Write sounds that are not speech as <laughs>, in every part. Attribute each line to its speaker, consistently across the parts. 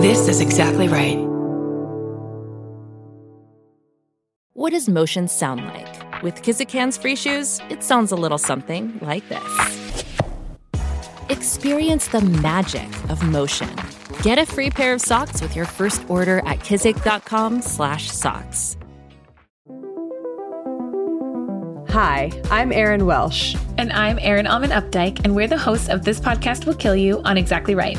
Speaker 1: This is exactly right.
Speaker 2: What does motion sound like? With Kizikans free shoes, it sounds a little something like this. Experience the magic of motion. Get a free pair of socks with your first order at kizik.com/socks.
Speaker 3: Hi, I'm Erin Welsh.
Speaker 4: And I'm Erin Alman Updike, and we're the hosts of This Podcast Will Kill You on Exactly Right.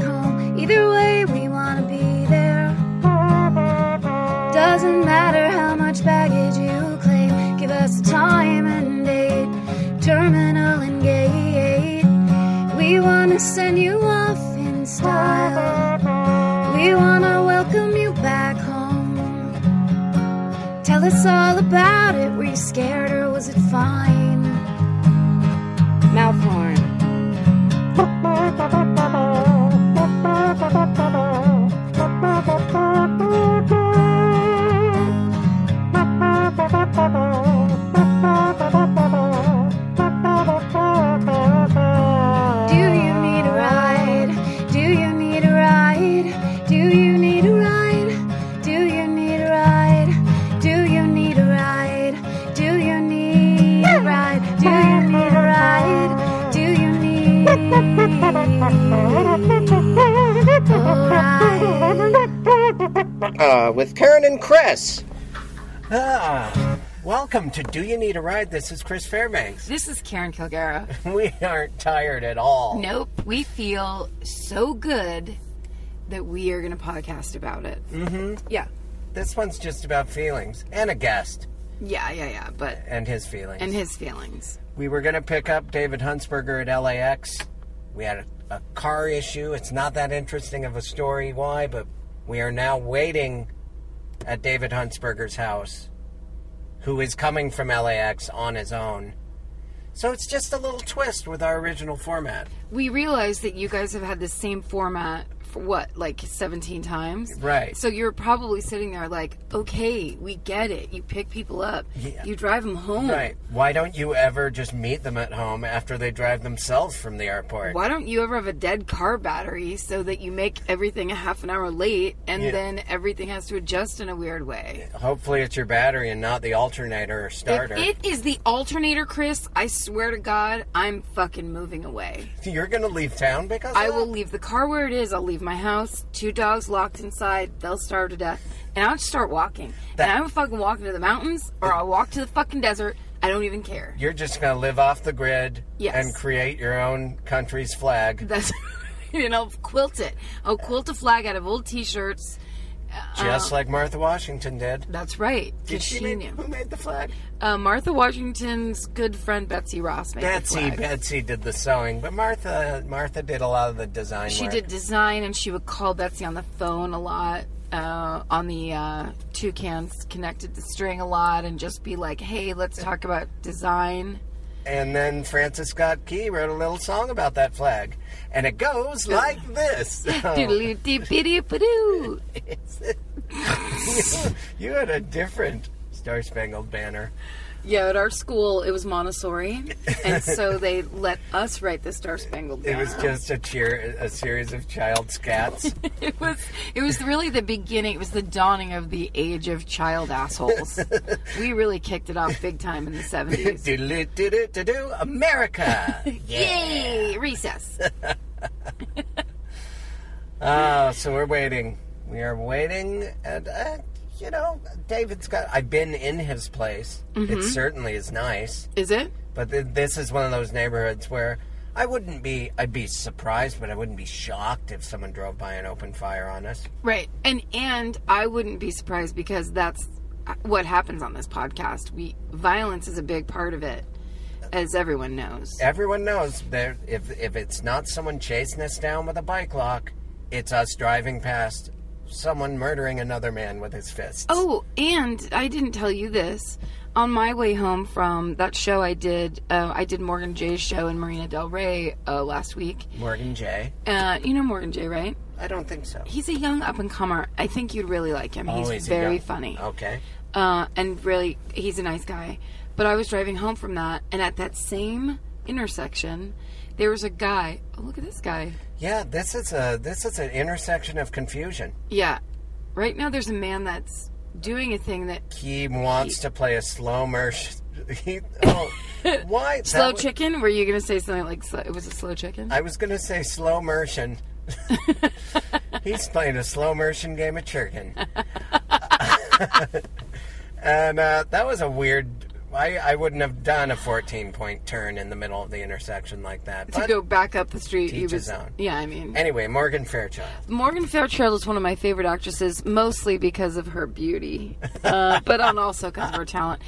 Speaker 5: home? Either way, we wanna be there. Doesn't matter how much baggage you claim, give us a time and date, terminal and gate. We wanna send you off in style. We wanna welcome you back home. Tell us all about it. Were you scared or was it fine? Mouth horn. Do you need a ride? Do you need a ride? Do you need a ride? Do you need a ride? Do you need a ride? Do you need a ride? Do you need a ride? Do you need a ride?
Speaker 6: uh, with Karen and Chris.
Speaker 7: Ah, welcome to Do You Need a Ride? This is Chris Fairbanks.
Speaker 8: This is Karen Kilgara.
Speaker 7: <laughs> We aren't tired at all.
Speaker 8: Nope, we feel so good that we are going to podcast about it. Mm-hmm. Yeah,
Speaker 7: This one's just about feelings and a guest
Speaker 8: yeah, yeah, yeah. But
Speaker 7: and his feelings.
Speaker 8: and his feelings.
Speaker 7: we were going to pick up David Huntsberger at LAX. We had a, a car issue. It's not that interesting of a story why, but we are now waiting at David Huntsberger's house, who is coming from LAX on his own. So it's just a little twist with our original format.
Speaker 8: We realize that you guys have had the same format for what, like 17 times?
Speaker 7: Right.
Speaker 8: So you're probably sitting there like, okay, we get it. You pick people up, you drive them home.
Speaker 7: Right. Why don't you ever just meet them at home after they drive themselves from the airport?
Speaker 8: Why don't you ever have a dead car battery so that you make everything a half an hour late and
Speaker 7: Yeah.
Speaker 8: then everything has to adjust in a weird way?
Speaker 7: Hopefully, it's your battery and not the alternator or starter.
Speaker 8: If it is the alternator, Chris, I swear to God, I'm fucking moving away.
Speaker 7: You're gonna leave town because
Speaker 8: I
Speaker 7: of
Speaker 8: will
Speaker 7: that?
Speaker 8: leave the car where it is. I'll leave my house. Two dogs locked inside. They'll starve to death. And I'll just start walking.
Speaker 7: That-
Speaker 8: and I'm fucking walking to the mountains or I'll walk to the fucking desert. I don't even care. <laughs>
Speaker 7: You're just gonna live off the grid
Speaker 8: Yes.
Speaker 7: and create your own country's flag.
Speaker 8: That's, and I'll quilt it. I'll quilt a flag out of old t shirts.
Speaker 7: Just like Martha Washington did.
Speaker 8: That's right. 'cause
Speaker 7: Did she,
Speaker 8: Uh, she
Speaker 7: make-
Speaker 8: knew.
Speaker 7: who made the flag?
Speaker 8: Uh, Martha Washington's good friend Betsy Ross made the
Speaker 7: Betsy.
Speaker 8: flag.
Speaker 7: Betsy did the sewing, but Martha Martha did a lot of the design.
Speaker 8: She
Speaker 7: work.
Speaker 8: did design, and she would call Betsy on the phone a lot, uh, on the uh, two cans connected to string a lot, and just be like, "Hey, let's talk about design."
Speaker 7: And then Francis Scott Key wrote a little song about that flag, and it goes like this. <laughs>
Speaker 8: Oh. Doodle-doo-biddy-ba-doo.
Speaker 7: You had a different Star Spangled Banner.
Speaker 8: Yeah, at our school it was Montessori, and <laughs> so they let us write the Star Spangled
Speaker 7: It
Speaker 8: Banner.
Speaker 7: was just a cheer, a series of child scats.
Speaker 8: It was it was really the beginning. It was the dawning of the age of child <laughs> assholes. we really kicked it off big time in
Speaker 7: <laughs>
Speaker 8: the seventies.
Speaker 7: Doodle doodle do America.
Speaker 8: Yay! Recess.
Speaker 7: Ah, so we're waiting. We are waiting, and uh, you know, David's got. I've been in his place. It certainly is nice,
Speaker 8: Is it?
Speaker 7: but th- this is one of those neighborhoods where. I wouldn't be, I'd be surprised, but I wouldn't be shocked if someone drove by and opened fire on us.
Speaker 8: Right. And and I wouldn't be surprised because that's what happens on this podcast. We violence is a big part of it as everyone knows.
Speaker 7: everyone knows that if if it's not someone chasing us down with a bike lock, it's us driving past someone murdering another man with his fists.
Speaker 8: Oh, and I didn't tell you this. On my way home from that show I did, uh, I did Morgan Jay's show in Marina Del Rey uh, last week.
Speaker 7: Morgan Jay.
Speaker 8: Uh, you know Morgan Jay, right?
Speaker 7: I don't think so.
Speaker 8: He's a young up and comer. I think you'd really like him.
Speaker 7: Oh,
Speaker 8: he's
Speaker 7: is he
Speaker 8: very
Speaker 7: young?
Speaker 8: funny.
Speaker 7: Okay.
Speaker 8: Uh, and really, he's a nice guy. But I was driving home from that, and at that same intersection, there was a guy. Oh, look at this guy.
Speaker 7: Yeah, this is a this is an intersection of confusion.
Speaker 8: Yeah. Right now, there's a man that's doing a thing that
Speaker 7: He wants to play a slow merch. <laughs> He,
Speaker 8: <laughs>
Speaker 7: oh, why that
Speaker 8: slow
Speaker 7: was-
Speaker 8: chicken. Were you gonna say something like sl- it was a slow chicken?
Speaker 7: I was gonna say slow motion. <laughs> He's playing a slow motion game of chicken. <laughs> and uh, that was a weird. I, I wouldn't have done a 14 point turn in the middle of the intersection like that.
Speaker 8: to
Speaker 7: But
Speaker 8: go back up the street, he
Speaker 7: Teach
Speaker 8: was.
Speaker 7: his own.
Speaker 8: Yeah, I mean,
Speaker 7: anyway, Morgan Fairchild.
Speaker 8: Morgan Fairchild is one of my favorite actresses, mostly because of her beauty,
Speaker 7: <laughs>
Speaker 8: uh, but on also because of her talent.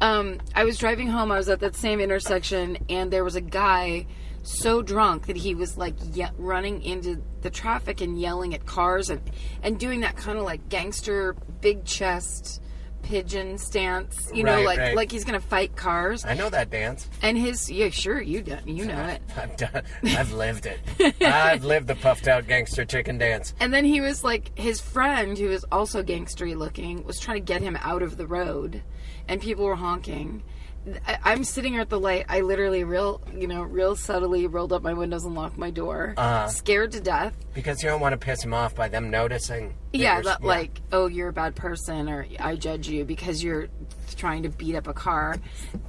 Speaker 8: Um, I was driving home. I was at that same intersection, and there was a guy so drunk that he was like ye- running into the traffic and yelling at cars and and doing that kind of like gangster big chest pigeon stance, you know,
Speaker 7: Right,
Speaker 8: like
Speaker 7: right.
Speaker 8: like he's gonna fight cars.
Speaker 7: I know that dance.
Speaker 8: And his yeah, sure you do, you know it.
Speaker 7: I've done. I've lived
Speaker 8: <laughs>
Speaker 7: it. I've lived the puffed out gangster chicken dance.
Speaker 8: And then he was like, his friend, who was also gangstery looking, was trying to get him out of the road, and people were honking. I- I'm sitting here at the light. I literally, real, you know, real subtly rolled up my windows and locked my door,
Speaker 7: Uh-huh.
Speaker 8: scared to death.
Speaker 7: Because you don't want to piss him off by them noticing. that
Speaker 8: yeah,
Speaker 7: you're-
Speaker 8: that, like, oh, you're a bad person, or I judge you because you're trying to beat up a car.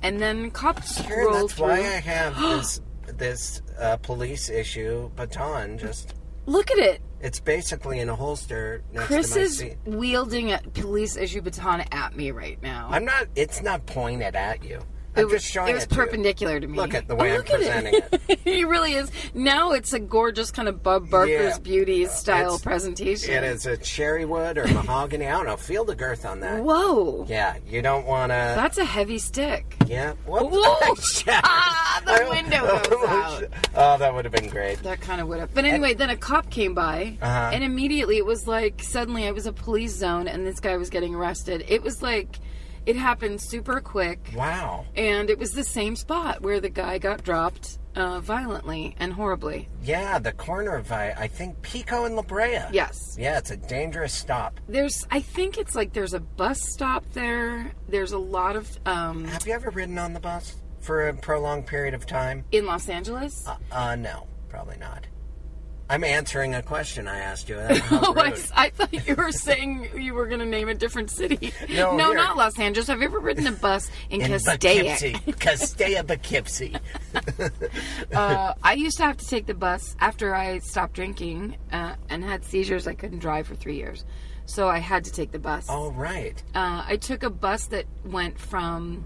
Speaker 8: And then cops
Speaker 7: Sure,
Speaker 8: roll
Speaker 7: that's
Speaker 8: through.
Speaker 7: why I have
Speaker 8: <gasps>
Speaker 7: this this uh, police issue baton. Just
Speaker 8: Look at it.
Speaker 7: it's basically in a holster next
Speaker 8: Chris
Speaker 7: to my
Speaker 8: is
Speaker 7: seat.
Speaker 8: wielding a police issue baton at me right now.
Speaker 7: I'm not. It's not pointed at you. I'm
Speaker 8: it was,
Speaker 7: just showing
Speaker 8: it was
Speaker 7: it to you.
Speaker 8: perpendicular to me.
Speaker 7: Look at the way
Speaker 8: Oh,
Speaker 7: I'm
Speaker 8: look at
Speaker 7: presenting
Speaker 8: <laughs>
Speaker 7: it.
Speaker 8: it. He really is. Now it's a gorgeous kind of Bob Barker's
Speaker 7: Yeah.
Speaker 8: beauty style
Speaker 7: It's-
Speaker 8: presentation.
Speaker 7: It is a cherry wood or mahogany. I don't know. Feel the girth on that.
Speaker 8: Whoa.
Speaker 7: Yeah, you don't want to.
Speaker 8: That's a heavy stick.
Speaker 7: <laughs> Yeah. Whoop. <laughs>
Speaker 8: Whoa!
Speaker 7: Shit.
Speaker 8: Ah, the
Speaker 7: I-
Speaker 8: window goes out.
Speaker 7: Oh, that would have been great.
Speaker 8: That kind of would have. But anyway, then a cop came by,
Speaker 7: Uh-huh.
Speaker 8: and immediately it was like suddenly I was a police zone, and this guy was getting arrested. It was like it happened super quick.
Speaker 7: Wow.
Speaker 8: And it was the same spot where the guy got dropped uh, violently and horribly.
Speaker 7: Yeah, the corner of I, I think Pico and La Brea.
Speaker 8: Yes.
Speaker 7: Yeah, it's a dangerous stop.
Speaker 8: There's, I think it's like there's a bus stop there. There's a lot of um,
Speaker 7: Have you ever ridden on the bus for a prolonged period of time?
Speaker 8: in Los Angeles.
Speaker 7: Uh, uh no, probably not. I'm answering a question I asked
Speaker 8: <laughs>
Speaker 7: you. That's how
Speaker 8: Oh, I,
Speaker 7: rude.
Speaker 8: I thought you were saying you were going to name a different city.
Speaker 7: No, here.
Speaker 8: not Los Angeles. Have you ever ridden a bus in,
Speaker 7: In Poughkeepsie.
Speaker 8: Castaic?
Speaker 7: Castaic, Poughkeepsie.
Speaker 8: Uh, I used to have to take the bus after I stopped drinking uh, and had seizures. I couldn't drive for three years, so I had to take the bus.
Speaker 7: All right.
Speaker 8: uh, I took a bus that went from,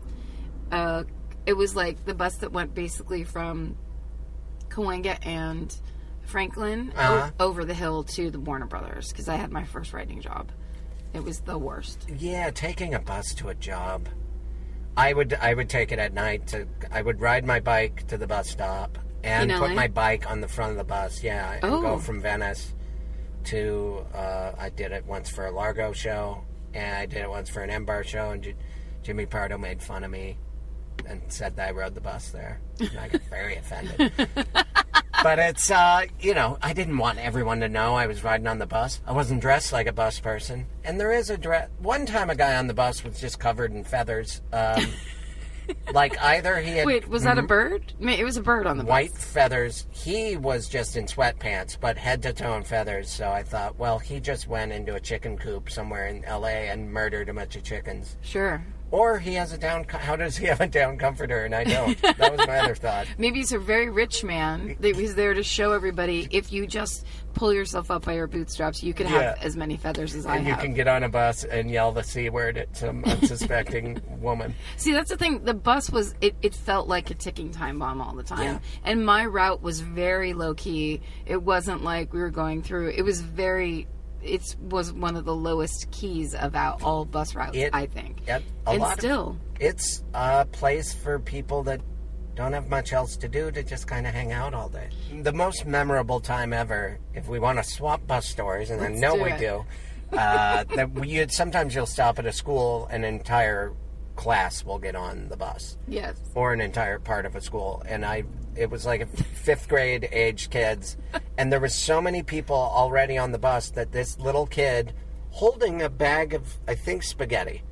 Speaker 8: uh, it was like the bus that went basically from Cahuenga and Franklin o-
Speaker 7: Uh-huh.
Speaker 8: over the hill to the Warner Brothers because I had my first writing job. It was the worst.
Speaker 7: Yeah, taking a bus to a job. I would I would take it at night to I would ride my bike to the bus stop and
Speaker 8: In
Speaker 7: put
Speaker 8: LA?
Speaker 7: my bike on the front of the bus, yeah, and
Speaker 8: Oh.
Speaker 7: go from Venice to uh, I did it once for a Largo show and I did it once for an M Bar show and J- Jimmy Pardo made fun of me and said that I rode the bus there. And I got
Speaker 8: <laughs>
Speaker 7: very offended. But it's uh, you know, I didn't want everyone to know I was riding on the bus. I wasn't dressed like a bus person. And there is a dress. One time, a guy on the bus was just covered in feathers. Um, like either he had
Speaker 8: Wait, was that a bird? Ma- It was a bird on the bus.
Speaker 7: Mm-hmm. white feathers. He was just in sweatpants, but head to toe in feathers. So I thought, well, he just went into a chicken coop somewhere in L.A. and murdered a bunch of chickens.
Speaker 8: Sure.
Speaker 7: Or he has a down. co- How does he have a down comforter and I don't? that was my other thought.
Speaker 8: Maybe he's a very rich man that he's there to show everybody if you just pull yourself up by your bootstraps, you could have
Speaker 7: Yeah.
Speaker 8: as many feathers as I
Speaker 7: And you
Speaker 8: have.
Speaker 7: can get on a bus and yell the c word at
Speaker 8: <laughs>
Speaker 7: some unsuspecting woman.
Speaker 8: See, that's the thing. The bus was it, it felt like a ticking time bomb all the time. And my route was very low key. It wasn't like we were going through. It was very it was one of the lowest keys of out all bus routes,
Speaker 7: It-
Speaker 8: I think.
Speaker 7: Yep, a
Speaker 8: and
Speaker 7: lot of-
Speaker 8: still,
Speaker 7: it's a place for people that don't have much else to do to just kind of hang out all day. The most memorable time ever, if we want to swap bus stories, and I know
Speaker 8: do
Speaker 7: we
Speaker 8: it.
Speaker 7: do, uh, <laughs> that you sometimes you'll stop at a school, an entire class will get on the bus
Speaker 8: Yes.
Speaker 7: or an entire part of a school and i it was like a fifth grade age
Speaker 8: <laughs>
Speaker 7: kids and there was so many people already on the bus that this little kid holding a bag of i think
Speaker 8: <laughs>
Speaker 7: spaghetti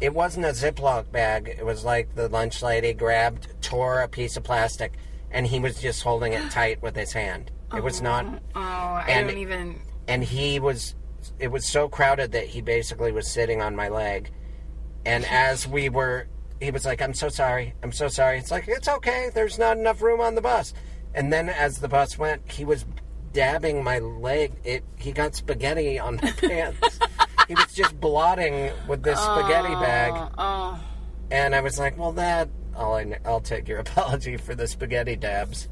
Speaker 7: it wasn't a ziploc bag it was like the lunch lady grabbed tore a piece of plastic and he was just holding it tight with his hand it was not
Speaker 8: Oh, I
Speaker 7: And-
Speaker 8: don't even.
Speaker 7: and he was it was so crowded that he basically was sitting on my leg and as we were he was like i'm so sorry i'm so sorry it's like it's okay there's not enough room on the bus and then as the bus went he was dabbing my leg it he got spaghetti on my <laughs> pants he was just blotting with this spaghetti bag and i was like well that I'll, I'll take your <laughs> apology for the spaghetti dabs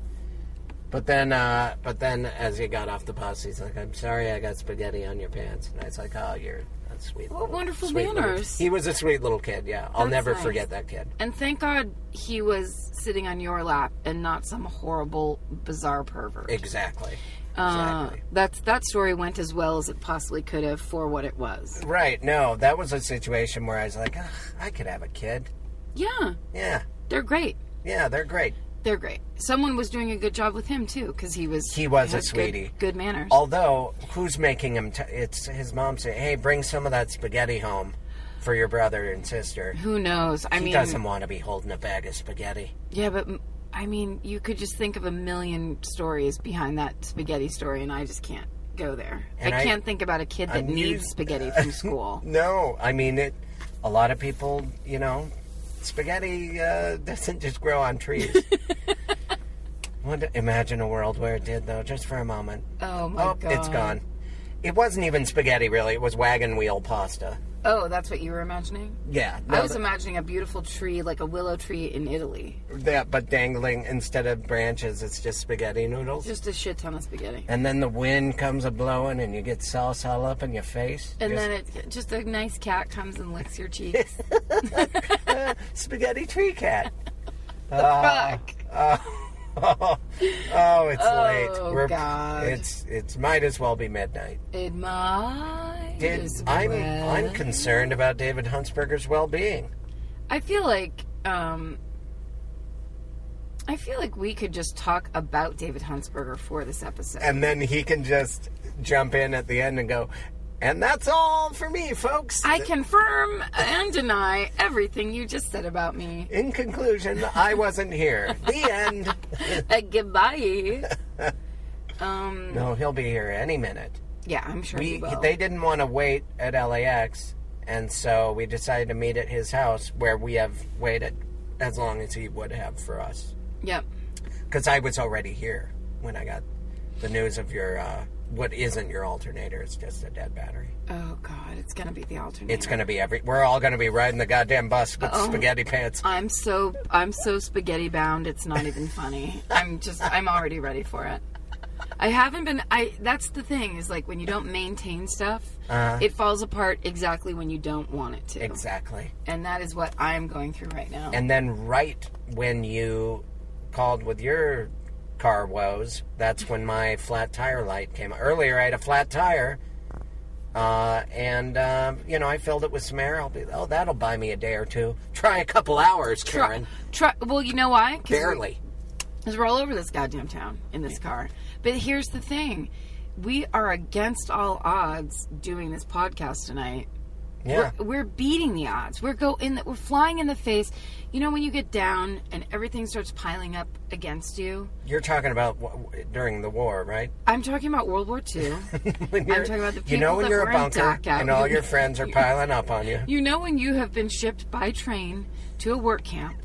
Speaker 7: but then, uh, but then, as he got off the bus, he's like, "I'm sorry, I got spaghetti on your pants." And I was like, "Oh, you're that's sweet." What
Speaker 8: wonderful manners.
Speaker 7: he was a sweet little kid. Yeah, I'll
Speaker 8: That's
Speaker 7: never
Speaker 8: nice.
Speaker 7: forget that kid.
Speaker 8: And thank God he was sitting on your lap and not some horrible, bizarre pervert.
Speaker 7: Exactly.
Speaker 8: Uh,
Speaker 7: exactly.
Speaker 8: that's that story went as well as it possibly could have for what it was.
Speaker 7: Right. No, that was a situation where I was like, Ugh, "I could have a kid."
Speaker 8: Yeah,
Speaker 7: Yeah.
Speaker 8: they're great.
Speaker 7: Yeah, they're great.
Speaker 8: They're great. Someone was doing a good job with him too, because he was
Speaker 7: He was a
Speaker 8: had good-
Speaker 7: sweetie.
Speaker 8: Good, manners.
Speaker 7: Although, who's making him? T- it's his mom saying, "Hey, bring some of that spaghetti home for your brother and sister."
Speaker 8: Who knows? I
Speaker 7: he
Speaker 8: mean,
Speaker 7: doesn't want to be holding a bag of spaghetti.
Speaker 8: yeah, but mm, I mean, you could just think of a million stories behind that spaghetti story, and I just can't go there.
Speaker 7: And
Speaker 8: I,
Speaker 7: I-
Speaker 8: can't think about a kid that
Speaker 7: I'm
Speaker 8: needs
Speaker 7: used- <laughs>
Speaker 8: spaghetti from school.
Speaker 7: No, I mean it. A lot of people, you know, spaghetti uh, <laughs> doesn't just grow on <laughs> trees. Would imagine a world where it did, though, just for a moment.
Speaker 8: Oh my god!
Speaker 7: it's gone. It wasn't even spaghetti, really. It was wagon wheel pasta.
Speaker 8: Oh, that's what you were imagining.
Speaker 7: Yeah,
Speaker 8: I
Speaker 7: no,
Speaker 8: was imagining a beautiful tree, like a willow tree in Italy.
Speaker 7: that, but dangling instead of branches, it's just spaghetti noodles.
Speaker 8: Just a shit ton of spaghetti.
Speaker 7: and then the wind comes a blowing, and you get sauce all up in your face.
Speaker 8: And
Speaker 7: Just
Speaker 8: then it just a nice cat comes and licks
Speaker 7: <laughs>
Speaker 8: your cheeks.
Speaker 7: spaghetti tree cat.
Speaker 8: Fuck.
Speaker 7: <laughs> oh, it's late.
Speaker 8: Oh, God.
Speaker 7: It's it's might as well be midnight.
Speaker 8: It might.
Speaker 7: Did-
Speaker 8: as
Speaker 7: I'm
Speaker 8: well.
Speaker 7: I'm concerned about David Huntsberger's well-being.
Speaker 8: I feel like um I feel like we could just talk about David Huntsberger for this episode.
Speaker 7: And then he can just jump in at the end and go, and that's all for me, folks.
Speaker 8: I confirm and deny everything you just said about me.
Speaker 7: <laughs> In conclusion, I wasn't here. The end. <laughs>
Speaker 8: Uh, goodbye. um
Speaker 7: No, he'll be here any minute.
Speaker 8: yeah, I'm sure he
Speaker 7: We
Speaker 8: will.
Speaker 7: they didn't want to wait at LAX, and so we decided to meet at his house where we have waited as long as he would have for us.
Speaker 8: yep.
Speaker 7: because I was already here when I got the news of your uh, what isn't your alternator. It's just a dead battery.
Speaker 8: Oh god, it's going to be the alternate.
Speaker 7: It's gonna be every. We're all gonna be riding the goddamn bus with spaghetti pants.
Speaker 8: I'm so I'm so spaghetti bound. It's not even funny. I'm just I'm already ready for it. I haven't been. I that's the thing is like when you don't maintain stuff, it falls apart exactly when you don't want it to.
Speaker 7: Uh-huh. Exactly.
Speaker 8: And that is what I'm going through right now.
Speaker 7: And then right when you called with your car woes, that's when my flat tire light came. Earlier, I had a flat tire. Uh, and um, you know, I filled it with some air. I'll be, oh, that'll buy me a day or two. Try a couple hours, Karen.
Speaker 8: Try, well, you know why? 'Cause we-
Speaker 7: Barely.
Speaker 8: Because we're all over this goddamn town in this car. But here's the thing we are against all odds doing this podcast tonight.
Speaker 7: Yeah.
Speaker 8: We're, we're beating the odds. We're go in. The, we're flying in the face. You know when you get down and everything starts piling up against you.
Speaker 7: You're talking about w- w- during the war, right? <laughs>
Speaker 8: I'm talking about World War II.
Speaker 7: When you're-
Speaker 8: talking about the
Speaker 7: you know
Speaker 8: people
Speaker 7: when
Speaker 8: that
Speaker 7: you're
Speaker 8: were
Speaker 7: a
Speaker 8: in
Speaker 7: bunker
Speaker 8: Dachau.
Speaker 7: and all your friends
Speaker 8: <laughs>
Speaker 7: are piling up on you,
Speaker 8: you know when you have been shipped by train to a work camp.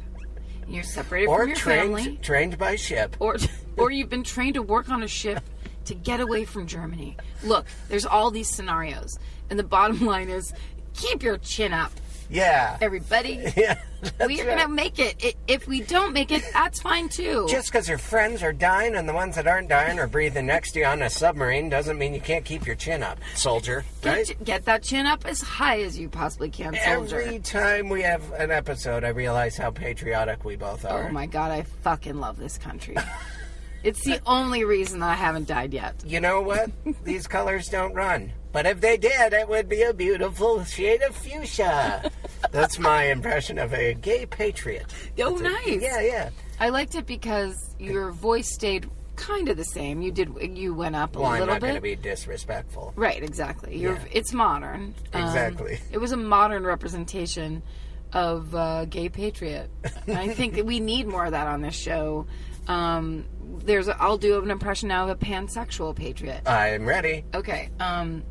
Speaker 8: and You're separated
Speaker 7: or
Speaker 8: from your
Speaker 7: trained
Speaker 8: family,
Speaker 7: trained by ship.
Speaker 8: or <laughs> or you've been trained to work on a ship to get away from Germany. Look, there's all these scenarios, and the bottom <laughs> line is keep your chin up,
Speaker 7: Yeah,
Speaker 8: everybody.
Speaker 7: <laughs> yeah.
Speaker 8: we are gonna make it. it. If we don't make it, that's fine too.
Speaker 7: Just because your friends are dying and the ones that aren't dying are breathing next to you on a submarine doesn't mean you can't keep your chin up, soldier. Right?
Speaker 8: Get, get that chin up as high as you possibly can, soldier.
Speaker 7: Every time we have an episode, I realize how patriotic we both are.
Speaker 8: oh my god, I fucking love this
Speaker 7: <laughs>
Speaker 8: country. it's the only reason that I haven't died yet. <laughs>
Speaker 7: You know what? These colors don't run. But if they did, it would be a beautiful shade of fuchsia. That's my impression of a gay patriot.
Speaker 8: Oh,
Speaker 7: That's a-
Speaker 8: nice.
Speaker 7: Yeah, yeah.
Speaker 8: I liked it because your voice stayed kind of the same. You did. You went up a
Speaker 7: Well, I'm
Speaker 8: little
Speaker 7: not
Speaker 8: bit.
Speaker 7: going to be disrespectful.
Speaker 8: Right, exactly. You're,
Speaker 7: Yeah.
Speaker 8: It's modern. Um,
Speaker 7: Exactly.
Speaker 8: it was a modern representation of uh, gay patriot. I think that we need more of that on this show. Um, there's, a, I'll do an impression now of a pansexual patriot.
Speaker 7: I'm ready.
Speaker 8: Okay. Um,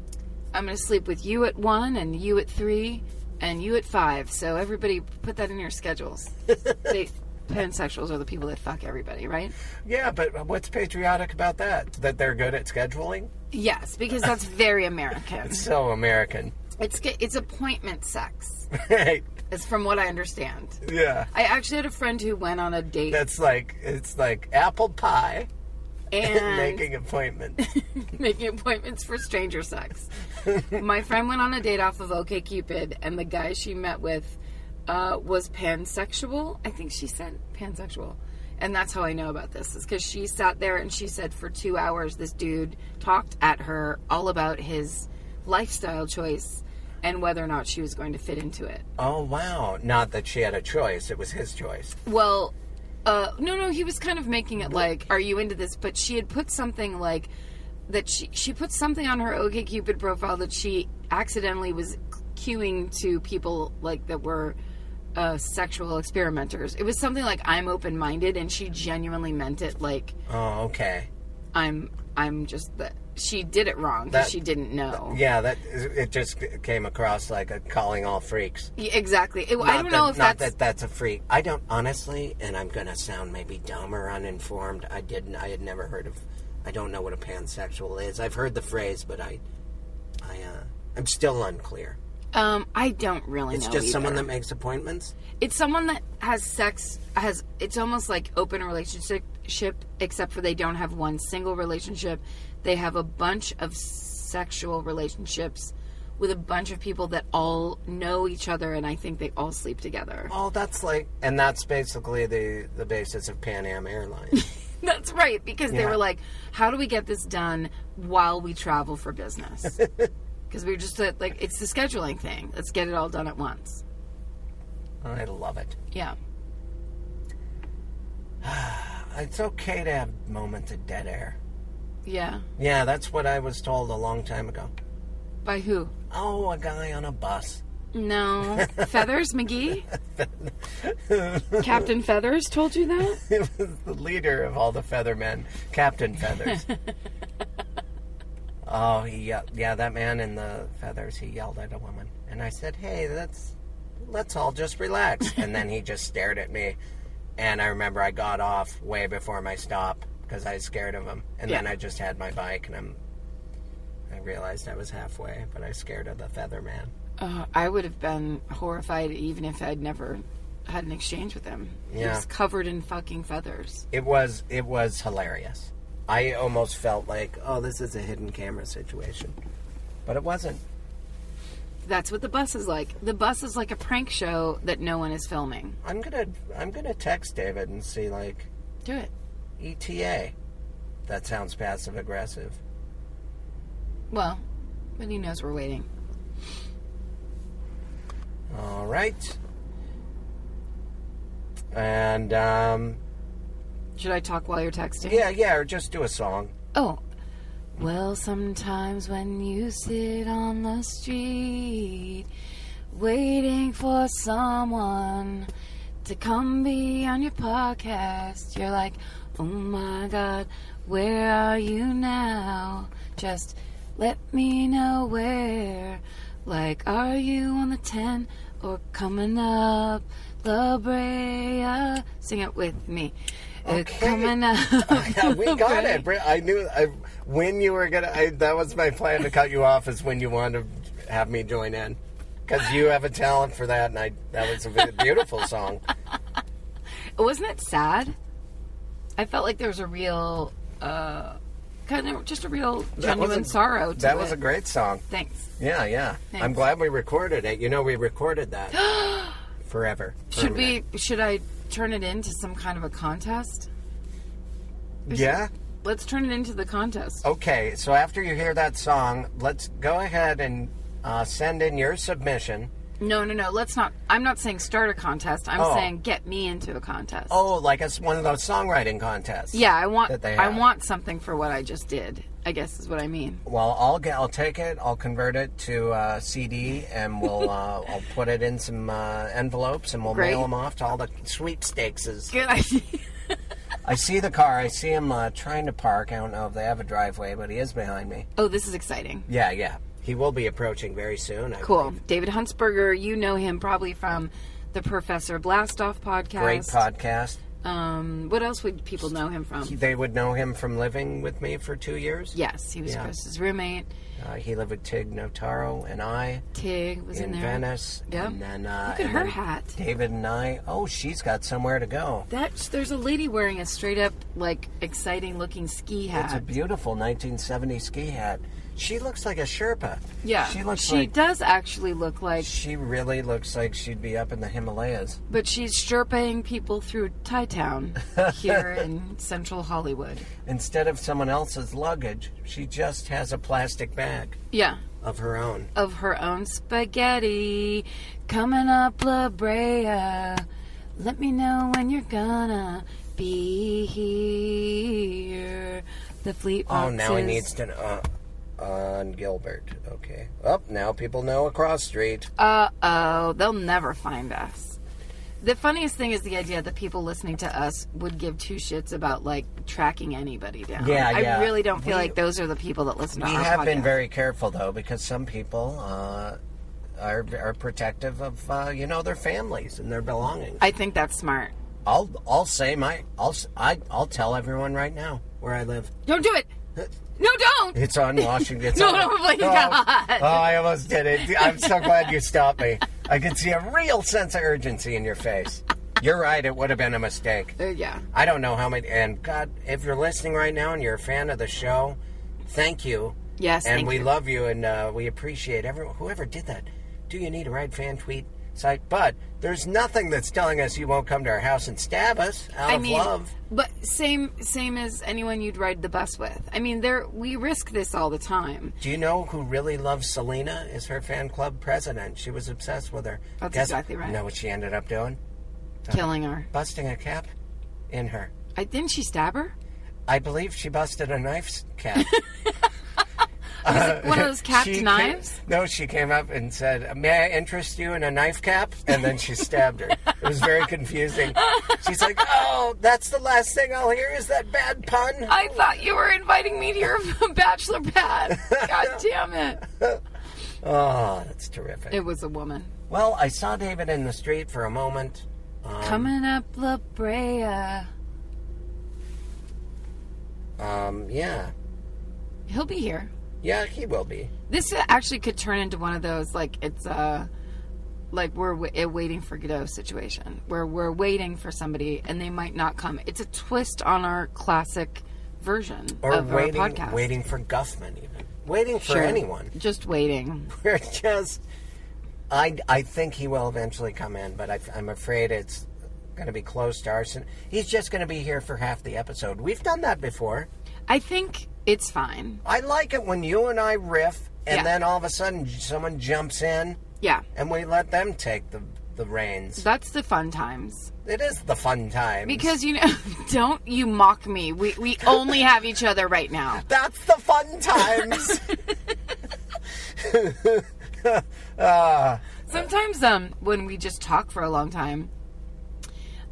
Speaker 8: I'm going to sleep with you at one, and you at three, and you at five. So everybody, put that in
Speaker 7: <laughs>
Speaker 8: your schedules. they, pansexuals are the people that fuck everybody, right?
Speaker 7: Yeah, but what's patriotic about that? That they're good at scheduling?
Speaker 8: Yes, because that's very American.
Speaker 7: So American. <laughs>
Speaker 8: It's it's appointment sex.
Speaker 7: Right.
Speaker 8: It's from what I understand.
Speaker 7: Yeah.
Speaker 8: I actually had a friend who went on a date
Speaker 7: That's <laughs> like it's like apple pie <laughs>
Speaker 8: and making.
Speaker 7: making
Speaker 8: <laughs>
Speaker 7: appointments.
Speaker 8: appointments for stranger sex. My friend went on a date off of OKCupid, and the guy she met with uh, was pansexual. I think she said pansexual. And that's how I know about this, is because she sat there and she said for two hours this dude talked at her all about his lifestyle choice and whether or not she was going to fit into it.
Speaker 7: Oh wow! Not that she had a choice; it was his choice.
Speaker 8: Well, uh, no, no, he was kind of making it like, "Are you into this?" But she had put something like that. She she put something on her OkCupid profile that she accidentally was queuing to people like that were uh, sexual experimenters. It was something like, "I'm open minded," and she genuinely meant it like,
Speaker 7: Oh, okay.
Speaker 8: "I'm I'm just that." She did it wrong because
Speaker 7: That-
Speaker 8: she didn't know.
Speaker 7: Yeah, that it just came across like a calling all freaks.
Speaker 8: Yeah, exactly. It- I
Speaker 7: Not
Speaker 8: don't
Speaker 7: that-
Speaker 8: know if
Speaker 7: not
Speaker 8: that's
Speaker 7: that that's a freak. I don't honestly, and I'm gonna sound maybe dumb or uninformed. I didn't. I had never heard of. I don't know what a pansexual is. I've heard the phrase, but I, I, uh, I'm still unclear.
Speaker 8: um I don't really
Speaker 7: It's
Speaker 8: know.
Speaker 7: just someone
Speaker 8: either.
Speaker 7: that makes appointments.
Speaker 8: it's someone that has sex has it's almost like open relationship ship, except for they don't have one single relationship they have a bunch of sexual relationships with a bunch of people that all know each other and i think they all sleep together
Speaker 7: Oh, that's like, and that's basically the the basis of Pan Am Airlines.
Speaker 8: <laughs> that's right because they
Speaker 7: Yeah.
Speaker 8: were like how do we get this done while we travel for business because we were just uh, like it's the scheduling thing let's get it all done at once
Speaker 7: I love it.
Speaker 8: yeah
Speaker 7: It's okay to have moments of dead air.
Speaker 8: yeah
Speaker 7: Yeah, that's what I was told a long time ago.
Speaker 8: by who
Speaker 7: Oh, a guy on a bus.
Speaker 8: <laughs> No. Feathers McGee? Captain Feathers told you that?
Speaker 7: It was the leader of all the Feathermen, Captain Feathers. oh, he yelled. Yeah, that man in the feathers, he yelled at a woman. And I said, hey, that's, let's all just relax. And then he just stared at me. And I remember I got off way before my stop because I was scared of him. And then
Speaker 8: Yeah.
Speaker 7: I just had my bike and I'm. I realized I was halfway, but I was scared of the feather man.
Speaker 8: Uh, I would have been horrified even if I'd never had an exchange with him. He
Speaker 7: Yeah.
Speaker 8: was covered in fucking feathers.
Speaker 7: It was it was hilarious. I almost felt like, oh, this is a hidden camera situation, but it wasn't.
Speaker 8: That's what the bus is like. The bus is like a prank show that no one is filming.
Speaker 7: I'm gonna I'm gonna text David and see like
Speaker 8: Do it.
Speaker 7: ETA. That sounds passive aggressive.
Speaker 8: Well, but he knows we're waiting.
Speaker 7: All right. And um,
Speaker 8: Should I talk while you're texting?
Speaker 7: yeah, yeah, or just do a song.
Speaker 8: Oh. Well, sometimes when you sit on the street waiting for someone to come be on your podcast, you're like, oh my god, where are you now? Just let me know where. Like, are you on the 10 or coming up La Brea? Sing it with me. It's
Speaker 7: Okay.
Speaker 8: Coming up. <laughs>
Speaker 7: Yeah, we got
Speaker 8: La Brea.
Speaker 7: it. Bri- I knew I, when you were gonna. I, that was my plan to cut you off. Is when you wanted to have me join in, because you have a talent for that, and I. That was a vi- beautiful
Speaker 8: <laughs>
Speaker 7: song.
Speaker 8: wasn't it sad? I felt like there was a real, uh, kind of just a real
Speaker 7: That was
Speaker 8: genuine
Speaker 7: a-
Speaker 8: sorrow to
Speaker 7: That
Speaker 8: it.
Speaker 7: was a great song.
Speaker 8: Thanks.
Speaker 7: Yeah, yeah. I'm
Speaker 8: Thanks.
Speaker 7: glad we recorded it. You know, we recorded that
Speaker 8: <gasps>
Speaker 7: forever.
Speaker 8: Should
Speaker 7: permanent.
Speaker 8: we? Should I turn it into some kind of a contest?
Speaker 7: Yeah.
Speaker 8: Let's turn it into the
Speaker 7: Oh.
Speaker 8: contest.
Speaker 7: Okay, so after you hear that song, let's go ahead and uh, send in your submission.
Speaker 8: No, no, no. Let's not. I'm not saying start a contest. I'm
Speaker 7: Oh.
Speaker 8: saying get me into a contest.
Speaker 7: Oh, like it's one of those songwriting contests.
Speaker 8: yeah. I
Speaker 7: that
Speaker 8: want.
Speaker 7: they
Speaker 8: I
Speaker 7: have.
Speaker 8: want something for what I just did. I guess is what I mean.
Speaker 7: Well, I'll get, I'll take it. I'll convert it to uh, CD, and we'll uh, <laughs> I'll put it in some uh, envelopes, and we'll
Speaker 8: Great.
Speaker 7: mail them off to all the sweepstakeses.
Speaker 8: Good idea.
Speaker 7: I see the car. I see him uh, trying to park. I don't know if they have a driveway, but he is behind me.
Speaker 8: <laughs> Oh, this is exciting.
Speaker 7: Yeah, yeah. He will be approaching very soon. I
Speaker 8: Cool. David Huntsberger. You know him probably from the Professor Blastoff podcast.
Speaker 7: Great podcast.
Speaker 8: Um, what else would people know him from?
Speaker 7: They would know him from living with me for two years.
Speaker 8: yes, he was Chris's roommate.
Speaker 7: Uh, he lived with Tig Notaro and I
Speaker 8: Tig was in,
Speaker 7: in,
Speaker 8: there.
Speaker 7: Venice.
Speaker 8: Yep.
Speaker 7: And then, uh,
Speaker 8: Look at
Speaker 7: and
Speaker 8: her
Speaker 7: then
Speaker 8: hat.
Speaker 7: David and I. Oh, she's got somewhere to go.
Speaker 8: That's there's a lady wearing a straight up like exciting looking ski
Speaker 7: It's a
Speaker 8: hat.
Speaker 7: beautiful 1970 ski hat. She looks like a Sherpa.
Speaker 8: yeah,
Speaker 7: She looks
Speaker 8: she
Speaker 7: like.
Speaker 8: does actually look like,
Speaker 7: She really looks like she'd be up in the Himalayas.
Speaker 8: but she's sherping people through
Speaker 7: <laughs>
Speaker 8: Thai Town here in Central Hollywood.
Speaker 7: Instead of someone else's luggage, she just has a plastic bag
Speaker 8: Yeah,
Speaker 7: of her own.
Speaker 8: of her own spaghetti. Coming up La Brea. Let me know when you're gonna be here. The fleet.
Speaker 7: Oh, now he
Speaker 8: Foxes-
Speaker 7: needs to. Uh, on Gilbert. Okay. Up now people know across street.
Speaker 8: Uh oh, they'll never find us. The funniest thing is the idea that people listening to us would give two shits about like tracking anybody down.
Speaker 7: Yeah,
Speaker 8: I
Speaker 7: yeah.
Speaker 8: really don't feel
Speaker 7: We-
Speaker 8: like those are the people that listen to
Speaker 7: We
Speaker 8: our
Speaker 7: have been
Speaker 8: podcast.
Speaker 7: very careful though, because some people uh, are are protective of uh, you know their families and their belongings.
Speaker 8: I think that's smart.
Speaker 7: I'll I'll say my I'll s- I, will i will tell everyone right now where I live.
Speaker 8: Don't do it. No, don't.
Speaker 7: It's on Washington. It's
Speaker 8: <laughs> No,
Speaker 7: on-
Speaker 8: no, please,
Speaker 7: oh,
Speaker 8: God.
Speaker 7: oh, I almost did it. I'm so glad you stopped me. I could see a real sense of urgency in your face. You're right. It would have been a mistake.
Speaker 8: Uh, yeah.
Speaker 7: I don't know how many. And God, if you're listening right now and you're a fan of the show, thank you.
Speaker 8: Yes,
Speaker 7: And
Speaker 8: thank
Speaker 7: we
Speaker 8: you.
Speaker 7: love you and uh, we appreciate everyone whoever did that. Do you need a ride fan tweet site? But there's nothing that's telling us you won't come to our house and stab us out
Speaker 8: I
Speaker 7: of
Speaker 8: mean,
Speaker 7: love.
Speaker 8: but same same as anyone you'd ride the bus with. I mean, there we risk this all the time.
Speaker 7: Do you know who really loves Selena? Is her fan club president? She was obsessed with her.
Speaker 8: That's exactly right.
Speaker 7: You know what she ended up doing? Uh,
Speaker 8: Killing her.
Speaker 7: Busting a cap in her.
Speaker 8: I didn't she stab her?
Speaker 7: I believe she busted a knife's
Speaker 8: <laughs>
Speaker 7: cap.
Speaker 8: One
Speaker 7: <laughs>
Speaker 8: of those capped
Speaker 7: uh, She ca-
Speaker 8: knives.
Speaker 7: no, she came up and said, "May I interest you in a knife cap?" And then she stabbed her. It was very confusing. She's like, "Oh, that's the last thing I'll hear is that bad pun."
Speaker 8: I thought you were inviting me to your <laughs> bachelor pad.
Speaker 7: <laughs>
Speaker 8: God damn it.
Speaker 7: Oh, that's terrific.
Speaker 8: It was a woman.
Speaker 7: well, I saw David in the street for a moment.
Speaker 8: Coming up La Brea.
Speaker 7: Um, yeah,
Speaker 8: He'll be here.
Speaker 7: yeah, he will be.
Speaker 8: This actually could turn into one of those, like, it's Uh, like we're w- a waiting for Godot situation where we're waiting for somebody and they might not come. It's a twist on our classic version
Speaker 7: Or
Speaker 8: of
Speaker 7: waiting,
Speaker 8: our podcast.
Speaker 7: waiting for Guffman, even waiting for
Speaker 8: Sure.
Speaker 7: anyone.
Speaker 8: Just waiting.
Speaker 7: We're just. I, I think he will eventually come in, but I, I'm afraid it's going to be close to arson. He's just going to be here for half the episode. We've done that before.
Speaker 8: I think it's fine.
Speaker 7: I like it when you and I riff, and
Speaker 8: Yeah.
Speaker 7: then all of a sudden j- someone jumps in,
Speaker 8: Yeah.
Speaker 7: and we let them take the the reins.
Speaker 8: That's the fun times.
Speaker 7: It is the fun time
Speaker 8: Because you know, <laughs> don't you mock me. We we only have each other right now.
Speaker 7: that's the fun times.
Speaker 8: <laughs>
Speaker 7: <laughs> Ah.
Speaker 8: Sometimes um when we just talk for a long time,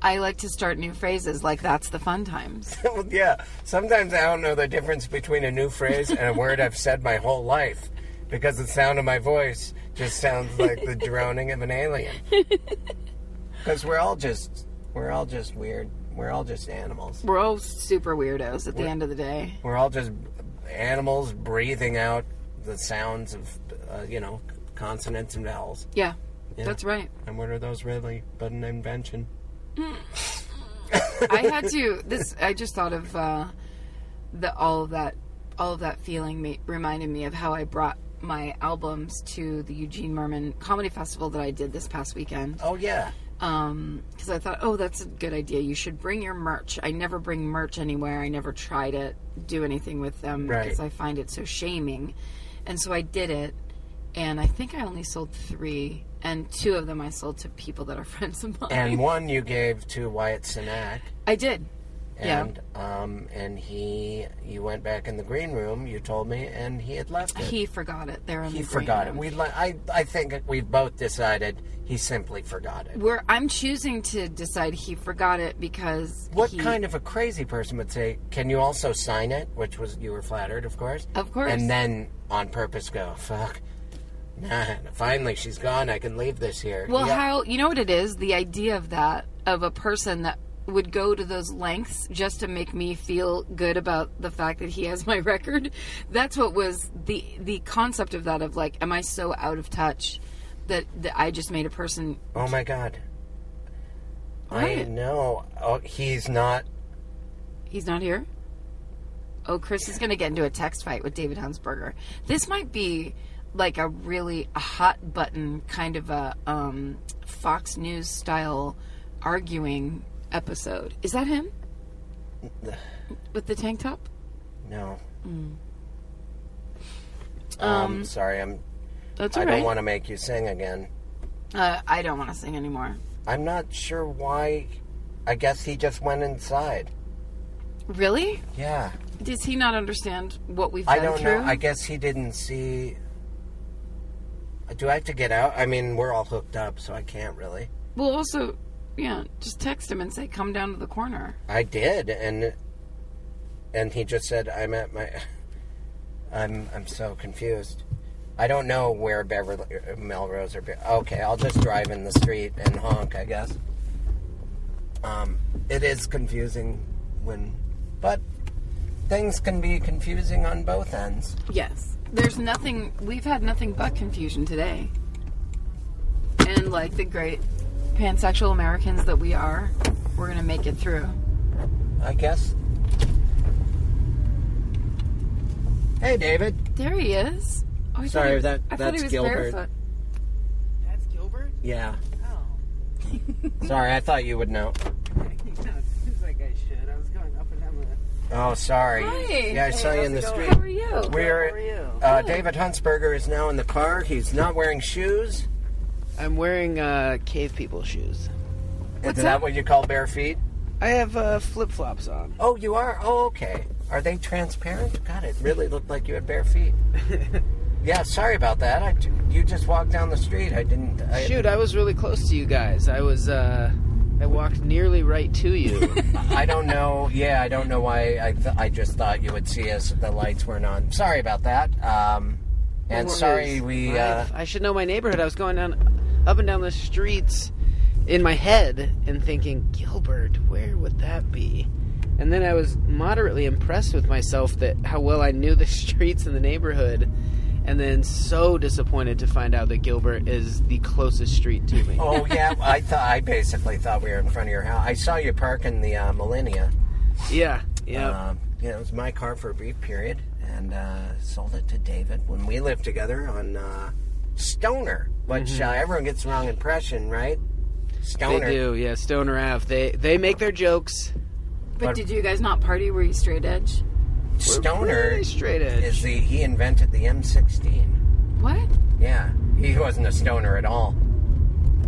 Speaker 8: I like to start new phrases like that's the fun <laughs> times.
Speaker 7: Well, <laughs> yeah. Sometimes I don't know the difference between a new phrase and a word I've said my whole life because the sound of my voice just sounds like the droning of an alien. Because we're all just we're all just weird. We're all just animals.
Speaker 8: We're all super weirdos at the end of the day.
Speaker 7: We're all just animals breathing out the sounds of uh, you know consonants and vowels.
Speaker 8: Yeah. That's right.
Speaker 7: And what are those really? But an invention.
Speaker 8: I had to this I just thought of uh the all of that all of that feeling ma- reminded me of how I brought my albums to the Eugene Merman Comedy Festival that I did this past weekend.
Speaker 7: Oh yeah.
Speaker 8: Um, because I thought, oh, that's a good idea. You should bring your merch. I never bring merch anywhere. I never try to do anything with them
Speaker 7: Right.
Speaker 8: because I find it so shaming. And so I did it, and I think I only sold three, and two of them I sold to people that are <laughs> friends of mine.
Speaker 7: And one you gave to Wyatt Sinak.
Speaker 8: I did. Yeah.
Speaker 7: And um and he you went back in the green room, you told me, and he had left it.
Speaker 8: He forgot it there in
Speaker 7: He
Speaker 8: the green
Speaker 7: forgot it.
Speaker 8: room.
Speaker 7: We li- I I think we both decided he simply forgot it.
Speaker 8: We're, I'm choosing to decide he forgot it because
Speaker 7: What
Speaker 8: he-
Speaker 7: kind of a crazy person would say, "Can you also sign it?" Which was you were flattered, of course.
Speaker 8: Of course.
Speaker 7: And then on purpose go, "Fuck." Nah, finally she's gone. I can leave this here.
Speaker 8: Well,
Speaker 7: Yeah.
Speaker 8: how you know what it is? The idea of that of a person that would go to those lengths just to make me feel good about the fact that he has my <laughs> record. That's what was the the concept of that of like, am I so out of touch that, that I just made a person?
Speaker 7: Oh my god. I
Speaker 8: What?
Speaker 7: know. Oh, he's not
Speaker 8: He's not here. Oh, Chris is going to get into a text fight with David Hansberger. This might be like a really a hot button kind of a um, Fox News style arguing episode. Is
Speaker 7: <sighs>
Speaker 8: that him? With the tank top?
Speaker 7: No.
Speaker 8: Mm.
Speaker 7: Um, sorry, I'm.
Speaker 8: That's
Speaker 7: I
Speaker 8: all
Speaker 7: don't
Speaker 8: right.
Speaker 7: want to make you sing again.
Speaker 8: uh, I don't want to sing anymore.
Speaker 7: I'm not sure why. I guess he just went inside.
Speaker 8: Really?
Speaker 7: Yeah,
Speaker 8: Does he not understand what we've
Speaker 7: I
Speaker 8: been
Speaker 7: don't
Speaker 8: through?
Speaker 7: know. I guess he didn't see. Do I have to get out? I mean, we're all hooked up, so I can't really.
Speaker 8: Well, also, yeah, just text him and say, come down to the corner.
Speaker 7: I did, and and he just said, "I'm at my." <laughs> I'm I'm so confused. I don't know where Beverly Melrose or Be- okay. I'll just drive in the street and honk, I guess. Um, it is confusing when, but things can be confusing on both ends.
Speaker 8: Yes. There's nothing, we've had nothing but confusion today. And like the great pansexual Americans that we are, we're going to make it through.
Speaker 7: I guess. Hey, David.
Speaker 8: There he is. Oh, I thought
Speaker 7: Sorry,
Speaker 8: he-
Speaker 7: that-
Speaker 8: I thought
Speaker 7: that's
Speaker 8: he was
Speaker 7: Gilbert.
Speaker 8: barefoot.
Speaker 7: Yeah.
Speaker 1: Oh.
Speaker 7: sorry, I thought you would
Speaker 1: <laughs>
Speaker 7: know. Oh, sorry.
Speaker 8: Hi.
Speaker 7: Yeah, I saw you in the street.
Speaker 8: How are you?
Speaker 7: We're Uh, David Huntsberger is now in the car. He's not wearing shoes.
Speaker 1: I'm wearing uh, cave people shoes.
Speaker 7: is that, what you call bare feet?
Speaker 1: I have uh, flip flops on.
Speaker 7: Oh, you are. Oh, okay. Are they transparent? God, it really looked like you had bare
Speaker 1: <laughs>
Speaker 7: feet. yeah, sorry about that. I, you just walked down the street. I didn't. I,
Speaker 1: Shoot, I was really close to you guys. I was, uh, I walked nearly right to you.
Speaker 7: I don't know. Yeah, I don't know why. I th- I just thought you would see us. The lights weren't on. Sorry about that. Um, and
Speaker 1: What
Speaker 7: <laughs> sorry
Speaker 1: is
Speaker 7: we. Uh,
Speaker 1: life? I should know my neighborhood. I was going down, up and down the streets, in my head, and thinking, Gilbert, where would that be? And then I was moderately impressed with myself that how well I knew the <laughs> streets in the neighborhood, and then so disappointed to find out that Gilbert is the closest street to me.
Speaker 7: oh yeah, I thought I basically thought we were in front of your house. I saw you park in the uh, Millennia.
Speaker 1: Yeah, yeah.
Speaker 7: Um, yeah, it was my car for a brief period, and uh, sold it to David when we lived together on uh, Stoner, which uh, everyone gets the wrong impression, right?
Speaker 1: Mm-hmm. they
Speaker 7: Stoner.
Speaker 1: do, yeah. Stoner Ave. They they make their jokes.
Speaker 8: But did you guys not party? Were you straight edge?
Speaker 7: Stoner
Speaker 1: Really straight edge.
Speaker 7: is the he invented the M16.
Speaker 8: What?
Speaker 7: Yeah, he wasn't a stoner at all.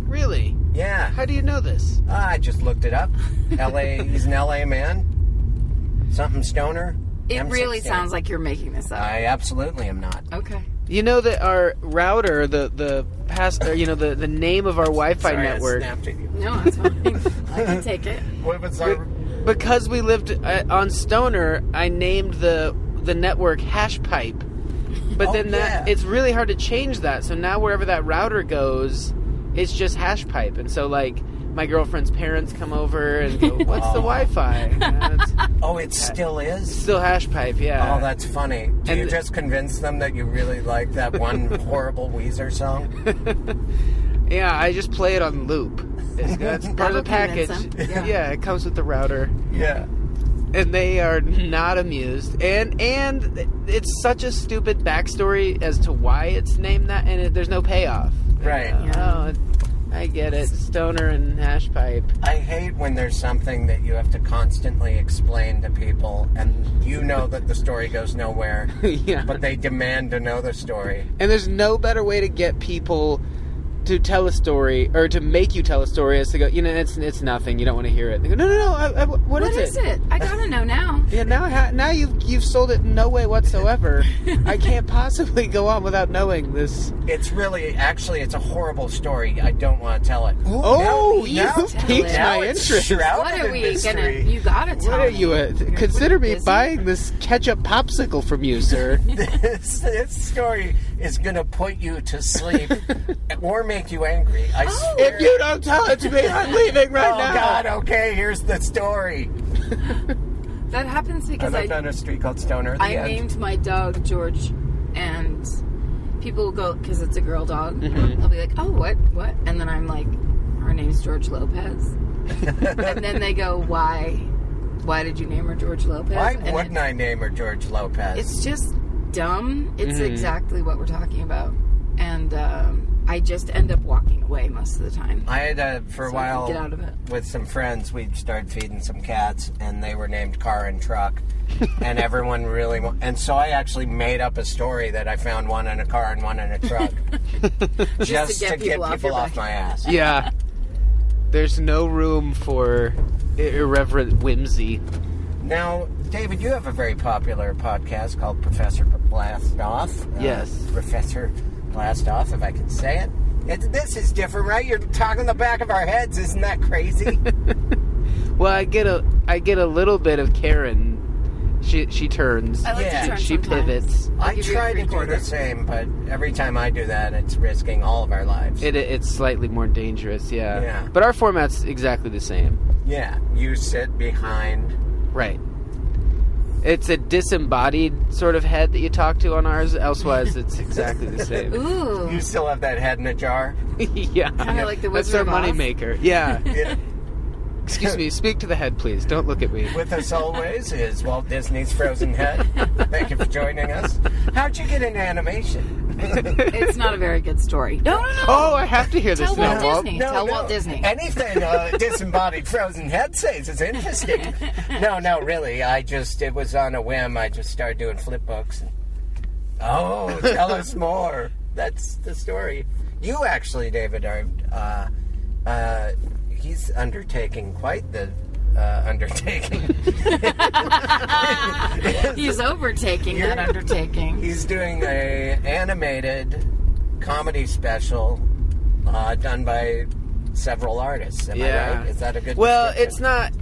Speaker 1: Really?
Speaker 7: Yeah. Ah,
Speaker 1: How do you know this?
Speaker 7: I just looked it
Speaker 8: <laughs>
Speaker 7: up. LA, he's an LA man. Something stoner.
Speaker 8: It
Speaker 7: M16.
Speaker 8: really sounds like you're making this up.
Speaker 7: I absolutely am not.
Speaker 8: okay.
Speaker 1: You know that our router, the the past, or, you know the the name of our Wi-Fi
Speaker 7: Sorry, I
Speaker 1: network,
Speaker 7: snapped at you.
Speaker 8: No,
Speaker 7: <laughs>
Speaker 8: that's fine. I can take it.
Speaker 7: What was our?
Speaker 1: because we lived uh, on Stoner, I named the the network Hashpipe. But
Speaker 7: Oh,
Speaker 1: then that
Speaker 7: yeah.
Speaker 1: it's really hard to change that. So now wherever that router goes, it's just Hashpipe. And so like my girlfriend's parents come over and go, "What's the Wi-Fi?" <laughs> And it's
Speaker 7: Oh,
Speaker 8: Uh,
Speaker 7: it still is.
Speaker 1: still Hashpipe, yeah.
Speaker 7: Oh, that's funny. Do you
Speaker 1: And-
Speaker 7: just convince them that you really like that
Speaker 8: <laughs>
Speaker 7: one horrible Weezer song?
Speaker 1: Yeah, I just play it on loop. <laughs> It's, that's part
Speaker 8: That'll
Speaker 1: of the package.
Speaker 8: convince
Speaker 1: Yeah. it comes with the router,
Speaker 7: <laughs> Yeah.
Speaker 1: and they are not amused. And and it's such a stupid backstory as to why it's named that, and it, there's no payoff.
Speaker 7: Right.
Speaker 1: Oh, I get it. Stoner and hash pipe. <laughs>
Speaker 7: I hate when there's something that you have to constantly explain to people, and you know that the story goes nowhere,
Speaker 1: yeah.
Speaker 7: but
Speaker 8: <laughs>
Speaker 7: they demand to know the story.
Speaker 1: And there's no better way to get people to tell a story or to make you tell a story as to go, you know, it's it's nothing. You don't want to hear it. They go, no, no, no. I, I, what
Speaker 8: What is it? I gotta know now.
Speaker 1: Yeah, now I ha- now you've you've sold it in no way whatsoever.
Speaker 8: <laughs>
Speaker 1: I can't possibly go on without knowing this.
Speaker 7: It's really, actually, it's a horrible story. I don't want to tell it.
Speaker 1: Oh,
Speaker 7: now-
Speaker 1: you
Speaker 7: now-
Speaker 1: piqued
Speaker 7: now
Speaker 1: my
Speaker 7: it's
Speaker 1: interest.
Speaker 7: shrouded
Speaker 8: What
Speaker 7: in
Speaker 8: are we gonna?
Speaker 7: mystery.
Speaker 8: You gotta tell
Speaker 1: What are
Speaker 8: me.
Speaker 1: you? Uh,
Speaker 8: You're
Speaker 1: consider me
Speaker 8: busy.
Speaker 1: buying this ketchup popsicle from
Speaker 8: <laughs>
Speaker 1: you, sir.
Speaker 7: <laughs> this, this story is going to put you to
Speaker 1: <laughs>
Speaker 7: sleep or make you angry. I
Speaker 8: Oh.
Speaker 7: swear.
Speaker 1: if you don't tell it to me,
Speaker 8: <laughs>
Speaker 1: I'm leaving right
Speaker 7: oh,
Speaker 1: now.
Speaker 7: God, okay, here's the story.
Speaker 8: That happens
Speaker 7: I
Speaker 8: because I
Speaker 7: lived on a street called Stoner. The
Speaker 8: I
Speaker 7: end.
Speaker 8: named my dog George, and people will go because it's a girl dog.
Speaker 7: Mm-hmm.
Speaker 8: They'll be like, "Oh, what, what?" And then I'm like, "Her name's George Lopez."
Speaker 7: <laughs>
Speaker 8: and then they go, "Why? Why did you name her George Lopez?"
Speaker 7: Why
Speaker 8: And
Speaker 7: wouldn't
Speaker 8: it-
Speaker 7: I name her George Lopez?
Speaker 8: It's just dumb. It's
Speaker 7: Mm-hmm.
Speaker 8: exactly what we're talking about, and um, I just end up walking away most of the time.
Speaker 7: I had uh, for a
Speaker 8: I can
Speaker 7: while
Speaker 8: get out of it.
Speaker 7: with some friends. We started feeding some cats, and they were named Car and
Speaker 8: <laughs>
Speaker 7: Truck, and everyone really. Wa- and so I actually made up a story that I found one in a car and one in a
Speaker 8: <laughs>
Speaker 7: truck, just,
Speaker 8: get
Speaker 7: to
Speaker 8: people
Speaker 7: get
Speaker 8: off
Speaker 7: people
Speaker 8: your
Speaker 7: off,
Speaker 8: back.
Speaker 7: my ass.
Speaker 1: Yeah. There's no room for i- irreverent whimsy.
Speaker 7: Now, David, you have a very popular podcast called Professor Blastoff. Uh,
Speaker 1: Yes.
Speaker 7: Professor Blastoff, if I can say it. It, this is different, right? You're talking the back of our heads. Isn't that crazy?
Speaker 1: Well, I get a I get a little bit of Karen. She she turns.
Speaker 8: I like
Speaker 7: Yeah.
Speaker 8: to turn
Speaker 1: she
Speaker 8: sometimes.
Speaker 1: pivots.
Speaker 8: I'll
Speaker 7: I
Speaker 8: give you a
Speaker 7: try to do
Speaker 8: three-quarter.
Speaker 7: the same, but every time I do that, it's risking all of our lives.
Speaker 1: It, it's slightly more dangerous, yeah.
Speaker 7: Yeah.
Speaker 1: But our format's exactly the same.
Speaker 7: yeah, you sit behind.
Speaker 1: Right. It's a disembodied sort of head that you talk to on ours.
Speaker 8: <laughs>
Speaker 1: Elsewise, it's exactly the same.
Speaker 8: Ooh,
Speaker 7: You still have that head in a jar.
Speaker 1: <laughs> yeah.
Speaker 8: kind of like the
Speaker 1: That's
Speaker 8: Wizard
Speaker 1: our
Speaker 8: of Oz.
Speaker 1: moneymaker.
Speaker 8: <laughs>
Speaker 1: Yeah.
Speaker 7: Yeah.
Speaker 1: Excuse me. Speak to the head, please. Don't look at me.
Speaker 7: With us always is Walt Disney's Frozen Head. Thank you for joining us. How'd you get into animation?
Speaker 8: It's not a very good
Speaker 7: <laughs>
Speaker 8: story. No, no, no.
Speaker 1: Oh, I have to hear this
Speaker 8: Tell
Speaker 1: now,
Speaker 8: Walt
Speaker 1: Walt.
Speaker 8: Disney. Tell Walt Disney.
Speaker 7: Anything uh, disembodied Frozen Head says is interesting. no, no, really. I just it was on a whim. I just started doing flip books. And, oh, tell us more. That's the story. You actually, David, are uh, uh, he's undertaking quite the uh, undertaking.
Speaker 8: He's overtaking that undertaking.
Speaker 7: He's doing a animated comedy special uh, done by several artists. Am I
Speaker 1: Yeah.
Speaker 7: right? Is that a good?
Speaker 1: Well,
Speaker 7: description?
Speaker 1: it's not.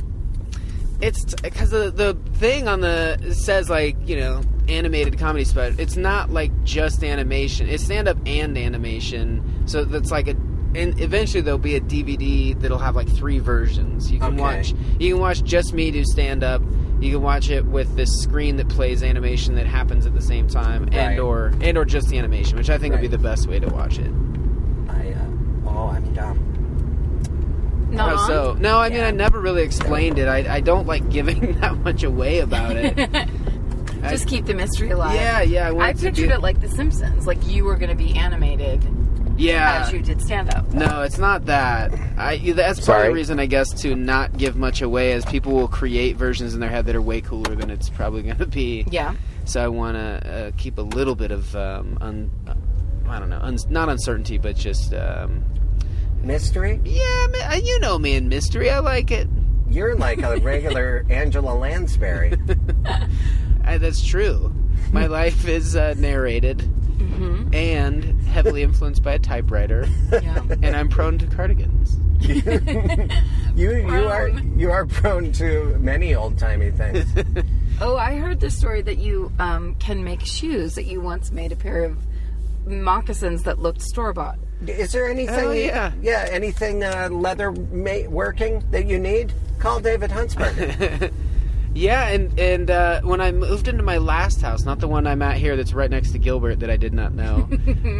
Speaker 1: It's because the the thing on the it says like you know animated comedy spot. It's not like just animation. It's stand up and animation. So that's like a. And eventually there'll be a DVD that'll have like three versions. You can
Speaker 7: Okay.
Speaker 1: watch. You can watch just me do stand up. You can watch it with this screen that plays animation that happens at the same time,
Speaker 7: Right.
Speaker 1: and or and or just the animation, which I think would
Speaker 7: Right.
Speaker 1: be the best way to watch it.
Speaker 7: I, uh, oh, I'm dumb.
Speaker 8: Not
Speaker 1: Oh, so no, I mean
Speaker 7: Yeah.
Speaker 1: I never really explained it. I, I don't like giving <laughs> that much away
Speaker 8: <laughs>
Speaker 1: about it.
Speaker 8: Just keep the mystery alive.
Speaker 1: yeah, yeah. I, want
Speaker 8: I
Speaker 1: to
Speaker 8: pictured
Speaker 1: do-
Speaker 8: it like The Simpsons, like you were going to be animated
Speaker 1: yeah.
Speaker 8: as you did stand up.
Speaker 1: No, it's not that. I that's part of the reason I guess to not give much away is people will create versions in their head that are way cooler than it's probably going to be.
Speaker 8: Yeah.
Speaker 1: So I want to uh, keep a little bit of um, un, I don't know, un, not uncertainty, but just um,
Speaker 7: Mystery?
Speaker 1: yeah, ma- uh, you know me in mystery. I like it.
Speaker 7: You're like
Speaker 1: <laughs>
Speaker 7: a regular Angela Lansbury.
Speaker 1: <laughs> I, that's true. My life is uh, narrated and heavily influenced by a typewriter,
Speaker 8: Yeah.
Speaker 1: and I'm prone to cardigans.
Speaker 7: You you are you are prone to many old timey
Speaker 1: <laughs>
Speaker 7: things.
Speaker 8: Oh, I heard the story that you um, can make shoes, that you once made a pair of moccasins that looked store bought.
Speaker 7: Is there anything?
Speaker 1: Oh, yeah.
Speaker 7: yeah. Anything uh, leather ma- working that you need? Call David
Speaker 1: <laughs>
Speaker 7: Huntsberger.
Speaker 1: Yeah, and and uh, when I moved into my last house, not the one I'm at here, that's right next to Gilbert, that I did not know.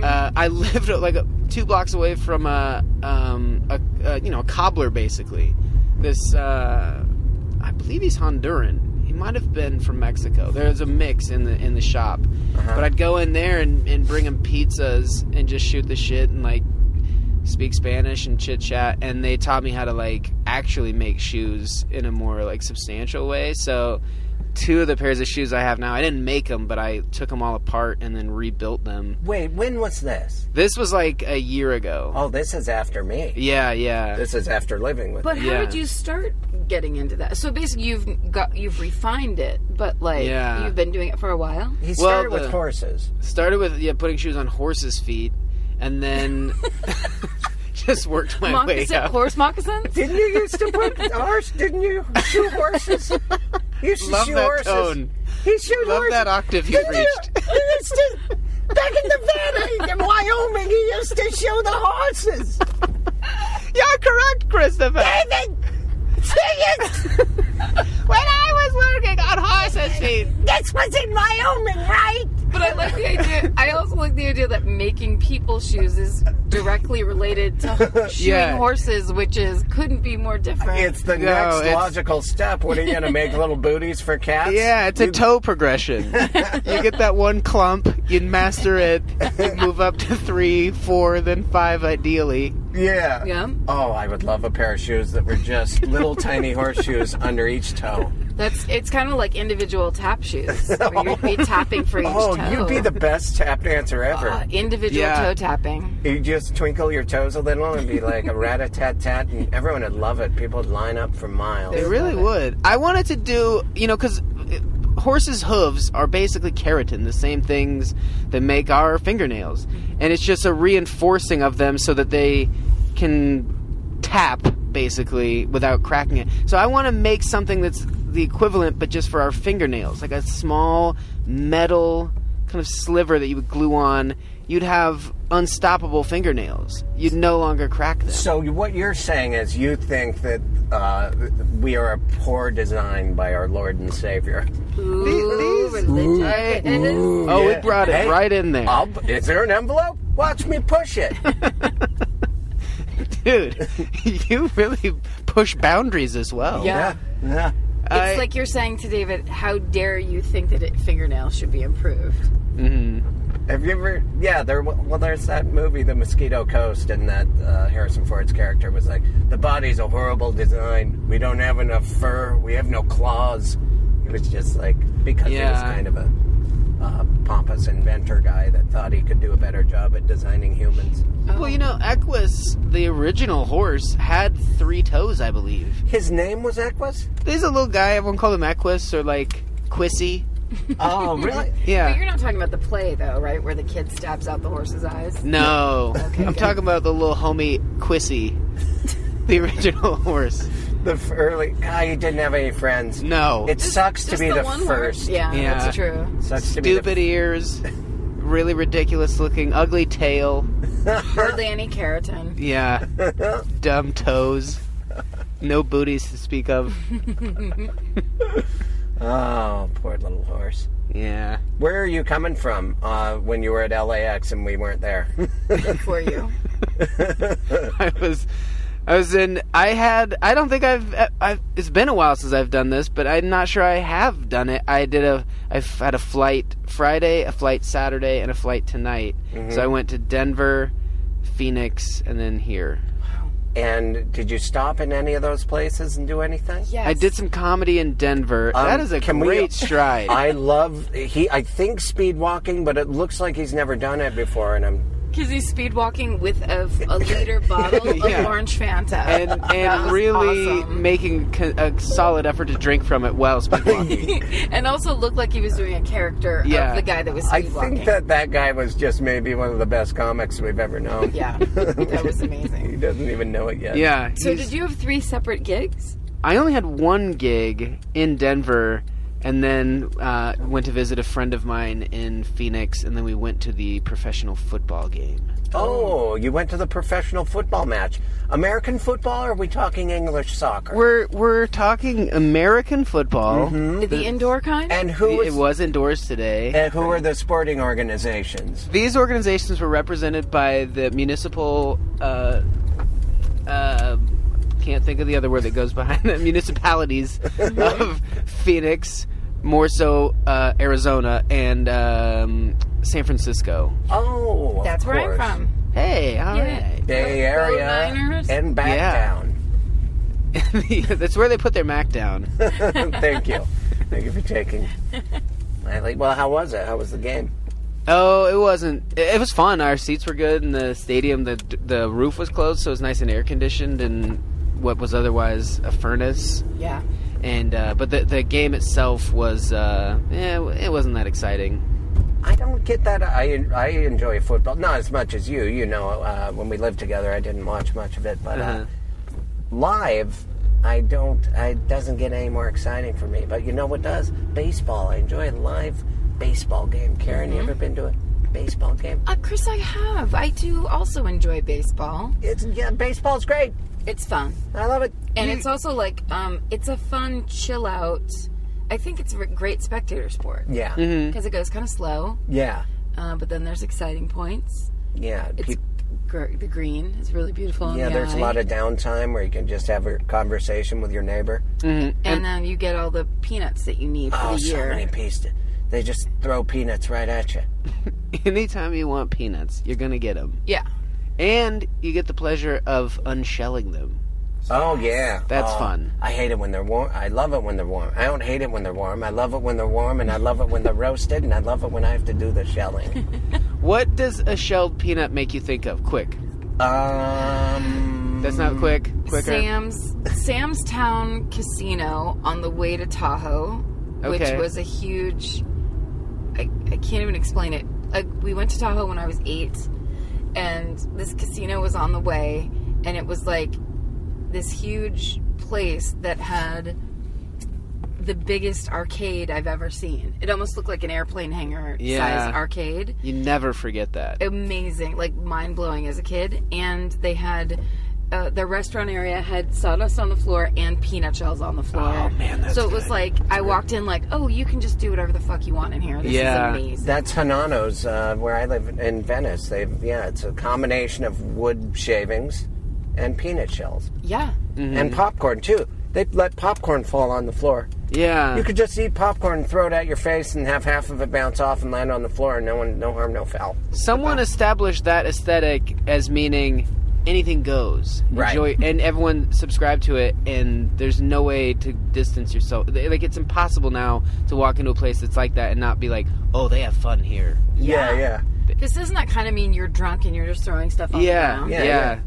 Speaker 1: uh, I lived like a, two blocks away from a, um, a, a you know a cobbler, basically. This uh, I believe he's Honduran. He might have been from Mexico. There's a mix in the in the shop, but I'd go in there and, and bring him pizzas and just shoot the shit and like speak Spanish and chit chat, and they taught me how to like actually make shoes in a more like substantial way. So, two of the pairs of shoes I have now, I didn't make them, but I took them all apart and then rebuilt them.
Speaker 7: Wait, when was this?
Speaker 1: This was like a year ago.
Speaker 7: Oh, this is after me.
Speaker 1: Yeah, yeah.
Speaker 7: This is after living with.
Speaker 8: But how
Speaker 1: Yeah.
Speaker 8: did you start getting into that? So basically, you've got you've refined it, but like
Speaker 1: Yeah.
Speaker 8: you've been doing it for a while.
Speaker 7: He started
Speaker 1: Well, the-
Speaker 7: with horses.
Speaker 1: Started with yeah, putting shoes on horses' feet, and then <laughs> just worked my way
Speaker 8: Moccasin,
Speaker 1: up.
Speaker 8: horse moccasins. <laughs>
Speaker 7: Didn't you used to put horse? Didn't you shoe horses? You used to
Speaker 1: Love
Speaker 7: shoe
Speaker 1: that
Speaker 7: horses.
Speaker 1: tone.
Speaker 7: He shoot
Speaker 1: Love
Speaker 7: horses.
Speaker 1: that octave you've
Speaker 7: Didn't
Speaker 1: reached.
Speaker 7: <laughs> It's just- back in the valley in Wyoming, he used to shoe the horses.
Speaker 1: You're correct, Christopher. David, when I was working on horses' feet.
Speaker 7: This was in Wyoming, right?
Speaker 8: But I like the idea. I also like the idea that making people shoes is directly related <laughs> to shoeing
Speaker 1: Yeah.
Speaker 8: horses, which is couldn't be more different.
Speaker 7: It's the
Speaker 1: No,
Speaker 7: next
Speaker 1: it's-
Speaker 7: logical step. What are you going to make little booties for cats?
Speaker 1: Yeah, it's a toe progression. you get that one clump, you master it, you move up to three, four, then five, ideally.
Speaker 7: Yeah.
Speaker 8: yeah,
Speaker 7: Oh, I would love a pair of shoes that were just little tiny horseshoes under each toe.
Speaker 8: that's it's kind of like individual tap shoes. Where
Speaker 7: <laughs>
Speaker 8: you'd be tapping for each
Speaker 7: Oh,
Speaker 8: toe.
Speaker 7: you'd be the best tap dancer ever.
Speaker 8: Uh, individual
Speaker 1: Yeah.
Speaker 8: toe tapping.
Speaker 7: you just twinkle your toes a little and be like a rat a tat tat, and everyone would love it. People would line up for miles.
Speaker 1: They really would. I wanted to do, you know, because horses' hooves are basically keratin, the same things that make our fingernails. And it's just a reinforcing of them so that they can tap, basically, without cracking it. So I want to make something that's the equivalent, but just for our fingernails, like a small metal kind of sliver that you would glue on. You'd have unstoppable fingernails. You'd no longer crack them.
Speaker 7: So what you're saying is you think that uh, we are a poor design by our Lord and Savior.
Speaker 8: Ooh, religion.
Speaker 1: I-
Speaker 8: It is-
Speaker 1: Oh,
Speaker 7: Yeah.
Speaker 1: it brought it
Speaker 7: Hey, Oh.
Speaker 1: right in there.
Speaker 7: I'll, is there an envelope? Watch me push it.
Speaker 1: dude <laughs> you really push boundaries as well
Speaker 8: Yeah.
Speaker 7: Yeah.
Speaker 1: I-
Speaker 8: It's like you're saying to David, how dare you think that it, fingernails should be improved?
Speaker 7: Have you ever? Yeah, there. Well, there's that movie, The Mosquito Coast, and that uh, Harrison Ford's character was like, "The body's a horrible design. We don't have enough fur. We have no claws." It was just like because he was
Speaker 1: Yeah.
Speaker 7: kind of a uh, pompous inventor guy that thought he could do a better job at designing humans.
Speaker 1: well you know equus the original horse had three toes i believe
Speaker 7: His name was Equus.
Speaker 1: there's a little guy everyone called him equus or like quissy
Speaker 7: <laughs> Oh, really?
Speaker 8: But you're
Speaker 1: yeah
Speaker 8: not talking about the play, though, right? Where the kid stabs out the horse's eyes.
Speaker 1: no i'm talking about the little homie quissy <laughs> the original horse
Speaker 7: The f- early guy he didn't have any friends.
Speaker 1: no
Speaker 7: It sucks to
Speaker 8: Just
Speaker 7: be the,
Speaker 8: one word-
Speaker 7: first.
Speaker 8: Yeah,
Speaker 1: Yeah.
Speaker 8: that's true.
Speaker 7: Sucks to be
Speaker 1: stupid ears really ridiculous looking ugly tail
Speaker 8: Hardly any keratin.
Speaker 7: <laughs>
Speaker 1: yeah dumb toes no booties to speak
Speaker 7: <laughs>
Speaker 1: of
Speaker 7: the. Oh, poor little horse.
Speaker 1: yeah
Speaker 7: Where are you coming from uh, when you were at LAX and we weren't there? <laughs>
Speaker 8: for you.
Speaker 1: I was I was in I had I don't think I've, I've it's been a while since I've done this, but I'm not sure I have done it. I did a I f- had a flight Friday, a flight Saturday, and a flight tonight.
Speaker 7: Mm-hmm.
Speaker 1: So I went to Denver, Phoenix, and then here.
Speaker 7: and did you stop in any of those places and do anything?
Speaker 8: Yes.
Speaker 1: I did some comedy in Denver. that is a
Speaker 7: Um, can we-
Speaker 1: great
Speaker 7: <laughs>
Speaker 1: stride.
Speaker 7: I love he. I think speed walking, but it looks like he's never done it before. And I'm
Speaker 8: Because he's speed walking with a,
Speaker 1: <laughs>
Speaker 8: a liter bottle of
Speaker 1: Yeah.
Speaker 8: orange Fanta.
Speaker 1: and
Speaker 8: That
Speaker 1: and
Speaker 8: was
Speaker 1: really
Speaker 8: awesome.
Speaker 1: making co- a solid effort to drink from it while
Speaker 7: <laughs>
Speaker 1: speed walking.
Speaker 8: And also looked like he was doing a character
Speaker 1: Yeah.
Speaker 8: of the guy that was
Speaker 7: I
Speaker 8: speed walking.
Speaker 7: think that that guy was just maybe one of the best comics we've ever known.
Speaker 8: Yeah, <laughs> that was
Speaker 7: he
Speaker 8: amazing.
Speaker 7: doesn't even know it yet.
Speaker 1: yeah.
Speaker 8: So
Speaker 1: he's-
Speaker 8: did you have three separate gigs?
Speaker 1: I only had one gig in Denver, and then uh, went to visit a friend of mine in Phoenix, and then we went to the professional football game.
Speaker 7: Oh, you went to the professional football match. American football? Or are we talking English soccer?
Speaker 1: We're we're talking American football.
Speaker 8: The indoor kind?
Speaker 7: and who
Speaker 1: Mm-hmm. It
Speaker 7: was?
Speaker 1: was indoors today.
Speaker 7: and who were the sporting organizations?
Speaker 1: These organizations were represented by the municipal. Uh, uh, can't think of the other word that goes behind <laughs> the municipalities of Phoenix, more so uh, Arizona and um, San Francisco.
Speaker 7: Oh, of
Speaker 8: That's where I'm
Speaker 7: Oh, course.
Speaker 8: from.
Speaker 1: Hey, all right.
Speaker 8: Yeah.
Speaker 7: Bay Area
Speaker 8: Niners?
Speaker 7: and back
Speaker 1: Yeah.
Speaker 7: down.
Speaker 1: <laughs> That's where they put their Mac down.
Speaker 7: Thank you. Thank you for taking. I like- Well, how was it? How was the game?
Speaker 1: Oh, it wasn't. It it was fun. Our seats were good, and the stadium the the roof was closed, so it was nice and air conditioned, and what was otherwise a furnace.
Speaker 8: Yeah.
Speaker 1: And uh, but the the game itself was uh, eh, it wasn't that exciting. <laughs>
Speaker 7: I don't get that. I I enjoy football not as much as you. You know, uh, when we lived together, I didn't watch much of it, but uh, live, I don't. It doesn't get any more exciting for me. But you know what does? Baseball. I enjoy a live baseball game. Karen, you ever been to a baseball game?
Speaker 8: Uh, Chris, I have. I do also enjoy baseball.
Speaker 7: It's yeah, baseball's great.
Speaker 8: It's fun.
Speaker 7: I love it.
Speaker 8: And
Speaker 7: You-
Speaker 8: it's also like, um, it's a fun chill out. I think it's a great spectator sport because
Speaker 7: yeah,
Speaker 8: it goes kind of slow,
Speaker 7: yeah,
Speaker 8: uh, but then there's exciting points.
Speaker 7: yeah.
Speaker 8: It's
Speaker 7: Peop-
Speaker 8: gr- the green is really beautiful. in
Speaker 7: yeah,
Speaker 8: the
Speaker 7: there's a
Speaker 8: eye.
Speaker 7: lot of downtime where you can just have a conversation with your neighbor.
Speaker 8: and then you get all the peanuts that you need for
Speaker 7: Oh,
Speaker 8: the
Speaker 7: so
Speaker 8: year.
Speaker 7: many pieces. They just throw peanuts right at you.
Speaker 1: Anytime you want peanuts, you're gonna get them,
Speaker 8: Yeah,
Speaker 1: and you get the pleasure of unshelling them.
Speaker 7: Oh yeah,
Speaker 1: That's
Speaker 7: Oh,
Speaker 1: fun.
Speaker 7: I hate it when they're warm. I love it when they're warm. I don't hate it when they're warm. I love it when they're warm, and I love it when they're roasted, and I love it when I have to do the shelling.
Speaker 1: What does a shelled peanut make you think of? Quick.
Speaker 7: Um,
Speaker 1: That's
Speaker 8: Mm.
Speaker 1: not quick. Quicker.
Speaker 8: Sam's Sam's Town Casino on the way to Tahoe,
Speaker 1: Okay.
Speaker 8: which was a huge. I, I can't even explain it. Like we went to Tahoe when I was eight, and this casino was on the way, and it was like this huge place that had the biggest arcade I've ever seen. It almost looked like an airplane hangar
Speaker 1: Yeah.
Speaker 8: size arcade
Speaker 1: You never forget that.
Speaker 8: amazing, like mind blowing as a kid. And they had uh, the restaurant area had sawdust on the floor and peanut shells on the floor. Oh man, that's so it was like I walked in like, oh, you can just do whatever the fuck you want in here. This
Speaker 1: Yeah.
Speaker 8: is amazing.
Speaker 7: That's Hanano's, uh, where I live in Venice. They yeah, it's a combination of wood shavings and peanut shells
Speaker 8: yeah,
Speaker 1: Mm.
Speaker 7: and popcorn too. They let popcorn fall on the floor.
Speaker 1: Yeah.
Speaker 7: You could just eat popcorn and throw it at your face and have half of it bounce off and land on the floor, and no one, no harm, no foul.
Speaker 1: Someone established that aesthetic as meaning anything goes.
Speaker 7: Right.
Speaker 1: Enjoy, and everyone subscribed to it, and there's no way to distance yourself. Like, it's impossible now to walk into a place that's like that and not be like, oh, they have fun here.
Speaker 7: yeah. yeah.
Speaker 8: because doesn't that kind of mean you're drunk and you're just throwing stuff? On the
Speaker 1: Yeah,
Speaker 8: ground?
Speaker 1: yeah.
Speaker 7: yeah.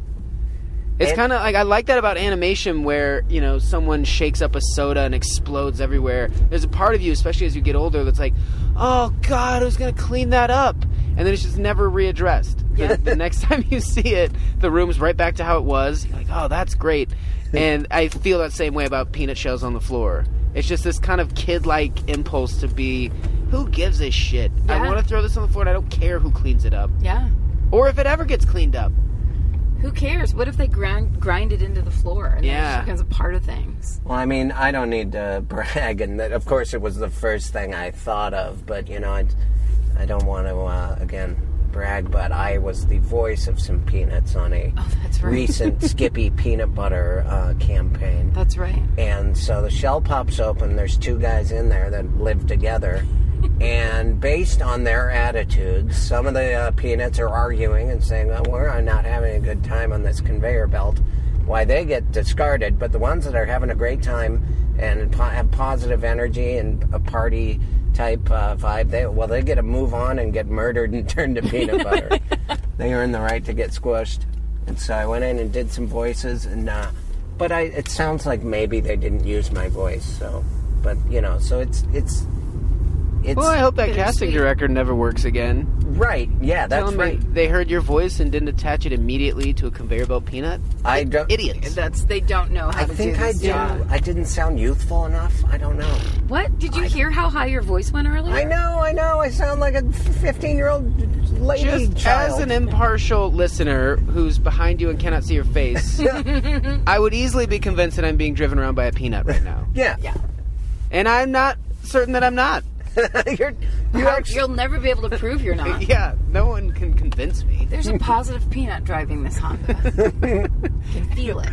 Speaker 1: It's
Speaker 7: And-
Speaker 1: kind of like I like that about animation, where you know someone shakes up a soda and explodes everywhere. There's a part of you, especially as you get older, that's like, "Oh God, who's gonna clean that up?" And then it's just never readdressed. The, the next <laughs> time you see it, the room's right back to how it was. You're like, "Oh, that's great," and I feel that same way about peanut shells on the floor. It's just this kind of kid-like impulse to be, "Who gives a shit? I
Speaker 8: Yeah.
Speaker 1: want to throw this on the floor, and I don't care who cleans it up,
Speaker 8: yeah.
Speaker 1: or if it ever gets cleaned up."
Speaker 8: Who cares? What if they grind grind it into the floor and then it
Speaker 1: Yeah.
Speaker 8: just becomes a part of things?
Speaker 7: Well, I mean, I don't need to <laughs> brag, and that, of course, it was the first thing I thought of. But you know, I, I don't want to uh, again brag, but I was the voice of some peanuts on a
Speaker 8: that's right.
Speaker 7: recent Skippy peanut butter uh, campaign.
Speaker 8: That's right.
Speaker 7: And so the shell pops open. There's two guys in there that live together. and based on their attitudes, some of the uh, peanuts are arguing and saying, well, we're not having a good time on this conveyor belt. Why they get discarded, but the ones that are having a great time and po- have positive energy and a party type uh, vibe, they well, they get to move on and get murdered and <laughs> turned to peanut butter. they earn the right to get squished. And so I went in and did some voices, and uh, but I it sounds like maybe they didn't use my voice, so but you know, so it's it's it's
Speaker 1: Well, I hope that casting
Speaker 8: Bittersweet.
Speaker 1: director never works again.
Speaker 7: right. Yeah,
Speaker 1: Tell
Speaker 7: that's
Speaker 1: them
Speaker 7: right.
Speaker 1: They, they heard your voice and didn't attach it immediately to a conveyor belt peanut.
Speaker 7: I don't.
Speaker 1: Idiots.
Speaker 8: That's they don't know how
Speaker 7: I
Speaker 8: to
Speaker 7: think
Speaker 8: do
Speaker 7: I
Speaker 8: this
Speaker 7: do.
Speaker 8: job.
Speaker 7: I didn't sound youthful enough. I don't know.
Speaker 8: What did you hear? How high your voice went earlier?
Speaker 7: I know. I know. I sound like a fifteen-year-old lady
Speaker 1: Just
Speaker 7: child.
Speaker 1: as an impartial listener who's behind you and cannot see
Speaker 7: <laughs>
Speaker 1: your face, I would easily be convinced that I'm being driven around by a peanut right now.
Speaker 7: <laughs> yeah, yeah.
Speaker 1: And I'm not certain that I'm not.
Speaker 7: You're, you
Speaker 8: How-
Speaker 7: actually.
Speaker 8: You'll never be able to prove
Speaker 7: <laughs>
Speaker 8: you're not.
Speaker 1: Yeah, no one can convince me.
Speaker 8: There's a positive peanut driving
Speaker 7: <laughs>
Speaker 8: this Honda. can feel it.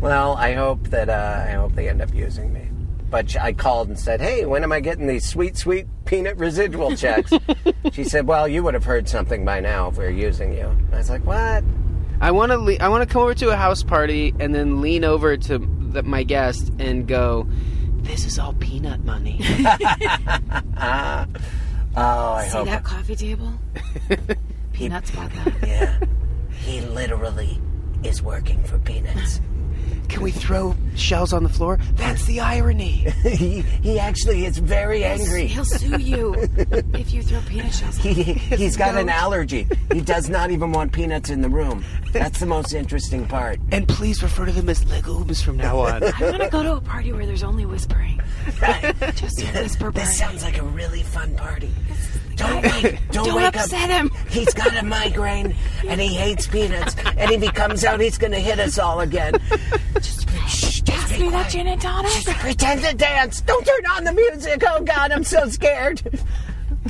Speaker 7: Well, I hope that uh, I hope they end up using me. But sh- I called and said, "Hey, when am I getting these sweet, sweet peanut
Speaker 8: <laughs>
Speaker 7: residual checks?" she said, "Well, you would have heard something by now if we were using you." And I was like, "What?"
Speaker 1: I want to le- I want to come over to a house party and then lean over to the, my guest and go, "This is all peanut money."
Speaker 7: Oh, I
Speaker 8: See
Speaker 7: hope.
Speaker 8: that coffee
Speaker 7: <laughs>
Speaker 8: table? Peanuts bought that.
Speaker 7: Yeah. He literally is working for
Speaker 8: <laughs>
Speaker 7: peanuts.
Speaker 1: Can we throw shells on the floor? That's the irony. <laughs>
Speaker 7: he, he actually is very angry.
Speaker 8: He'll sue
Speaker 7: <laughs>
Speaker 8: you if you throw peanut shells.
Speaker 7: He, he's got an allergy. He does not even want peanuts in the room. That's the most interesting part.
Speaker 1: and please refer to them as legumes from now on.
Speaker 8: I want to go to a party where there's only whispering. <laughs> Just whisper burn.
Speaker 7: This sounds like a really fun party. Don't
Speaker 8: guy- <laughs>
Speaker 7: wake, don't
Speaker 8: Don't
Speaker 7: wake up.
Speaker 8: upset him.
Speaker 7: <laughs> He's got a migraine and he hates peanuts. And if he comes out, he's going to hit us all
Speaker 8: <laughs>
Speaker 7: again. Just, shh, just
Speaker 8: Pass
Speaker 7: be
Speaker 8: me that
Speaker 7: quiet.
Speaker 8: gin and tonic.
Speaker 7: Just pretend to dance. Don't turn on the music. Oh God, I'm so
Speaker 8: <laughs>
Speaker 7: scared.
Speaker 1: <laughs>
Speaker 7: <laughs>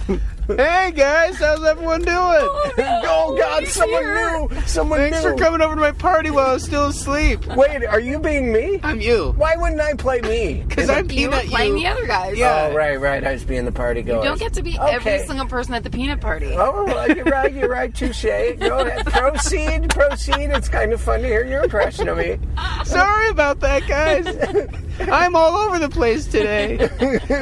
Speaker 1: hey guys, how's everyone doing?
Speaker 7: Oh God, someone
Speaker 8: here.
Speaker 7: new. Someone
Speaker 1: Thanks
Speaker 7: new.
Speaker 1: for coming over to my party while I was still asleep.
Speaker 7: Wait, are you being me?
Speaker 1: I'm you.
Speaker 7: Why wouldn't I play me?
Speaker 1: Because I'm
Speaker 8: You were
Speaker 1: peanut.
Speaker 8: playing
Speaker 1: you.
Speaker 8: the other guys.
Speaker 1: Yeah.
Speaker 7: Oh right, right. I was being the party goer.
Speaker 8: Don't get to be
Speaker 7: Okay.
Speaker 8: every single person at the peanut party.
Speaker 7: Oh, well, you're right. You're right. Touche. Go ahead. Proceed. Proceed. It's kind of fun to hear your impression of me.
Speaker 1: Sorry about that, <laughs> guys. I'm all over the place today.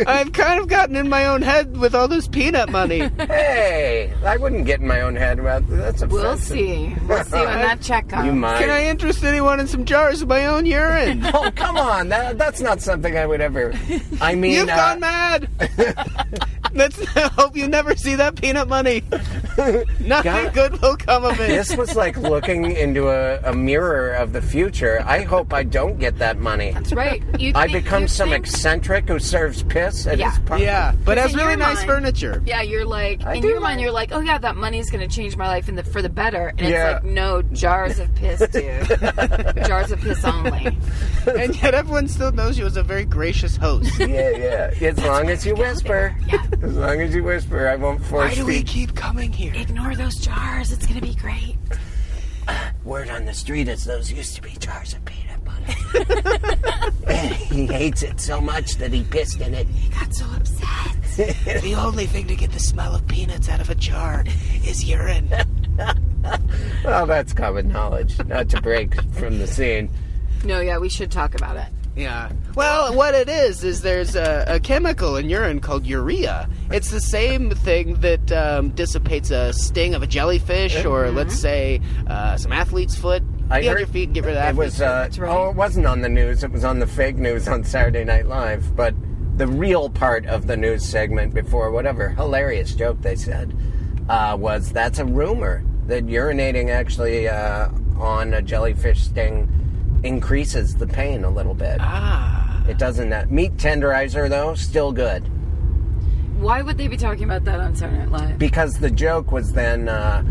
Speaker 1: I've kind of gotten in my own head with all this peanut <laughs> money.
Speaker 7: Hey, I wouldn't get in my own head about that's offensive.
Speaker 8: We'll see. We'll see when that check comes.
Speaker 7: You might.
Speaker 1: Can I interest anyone in some jars of my own urine?
Speaker 7: Oh, come on. That, that's not something I would ever.
Speaker 8: <laughs>
Speaker 7: I mean,
Speaker 1: You've
Speaker 7: uh,
Speaker 1: gone mad. <laughs> Let's hope you never see that peanut <laughs> money. Nothing
Speaker 7: God.
Speaker 1: good will come of it.
Speaker 7: this was like looking into a, a mirror of the future. I hope I don't get that money.
Speaker 8: That's right. You
Speaker 7: I
Speaker 8: think-
Speaker 7: become
Speaker 8: you
Speaker 7: some
Speaker 8: think-
Speaker 7: eccentric who serves piss at
Speaker 8: Yeah.
Speaker 7: his pub.
Speaker 1: Yeah, but
Speaker 8: It's
Speaker 1: has
Speaker 8: in
Speaker 1: really
Speaker 8: your
Speaker 1: nice
Speaker 8: mind.
Speaker 1: furniture.
Speaker 8: Yeah, you're like in
Speaker 7: do
Speaker 8: your
Speaker 7: like-
Speaker 8: mind, you're like, oh yeah, that money's gonna change my life in the for the better, and
Speaker 7: Yeah.
Speaker 8: it's like, no, jars of piss,
Speaker 7: <laughs>
Speaker 8: dude. jars of piss only.
Speaker 1: <laughs> And yet everyone still knows you as a very gracious host.
Speaker 7: Yeah, yeah. As long as you whisper. As long as you whisper, I won't force feed.
Speaker 1: keep coming here?
Speaker 8: Ignore those jars. It's gonna be great.
Speaker 7: Word on the street is those used to be jars of peanut butter. and <laughs> he hates it so much that he pissed in it.
Speaker 8: Got so upset.
Speaker 1: The only thing to get the smell of peanuts out of a jar is urine.
Speaker 7: Oh, that's common knowledge. Not to break from the scene.
Speaker 8: No, yeah, we should talk about it.
Speaker 1: Yeah. Well, what it is is there's a, a chemical in urine called urea. It's the same thing that um, dissipates a sting of a jellyfish, or let's say uh, some athlete's foot.
Speaker 7: Mm-hmm. I
Speaker 1: Be on
Speaker 7: heard-
Speaker 1: your feet, get rid of that.
Speaker 7: It was, uh, oh, it wasn't on the news. It was on the fake news on Saturday Night Live. But the real part of the news segment before, whatever hilarious joke they said, uh, was that's a rumor that urinating actually uh, on a jellyfish sting increases the pain a little bit. Ah. It doesn't. Uh, meat tenderizer, though, still good.
Speaker 8: Why would they be talking about that on Saturday Night Live?
Speaker 7: because the joke was then, uh,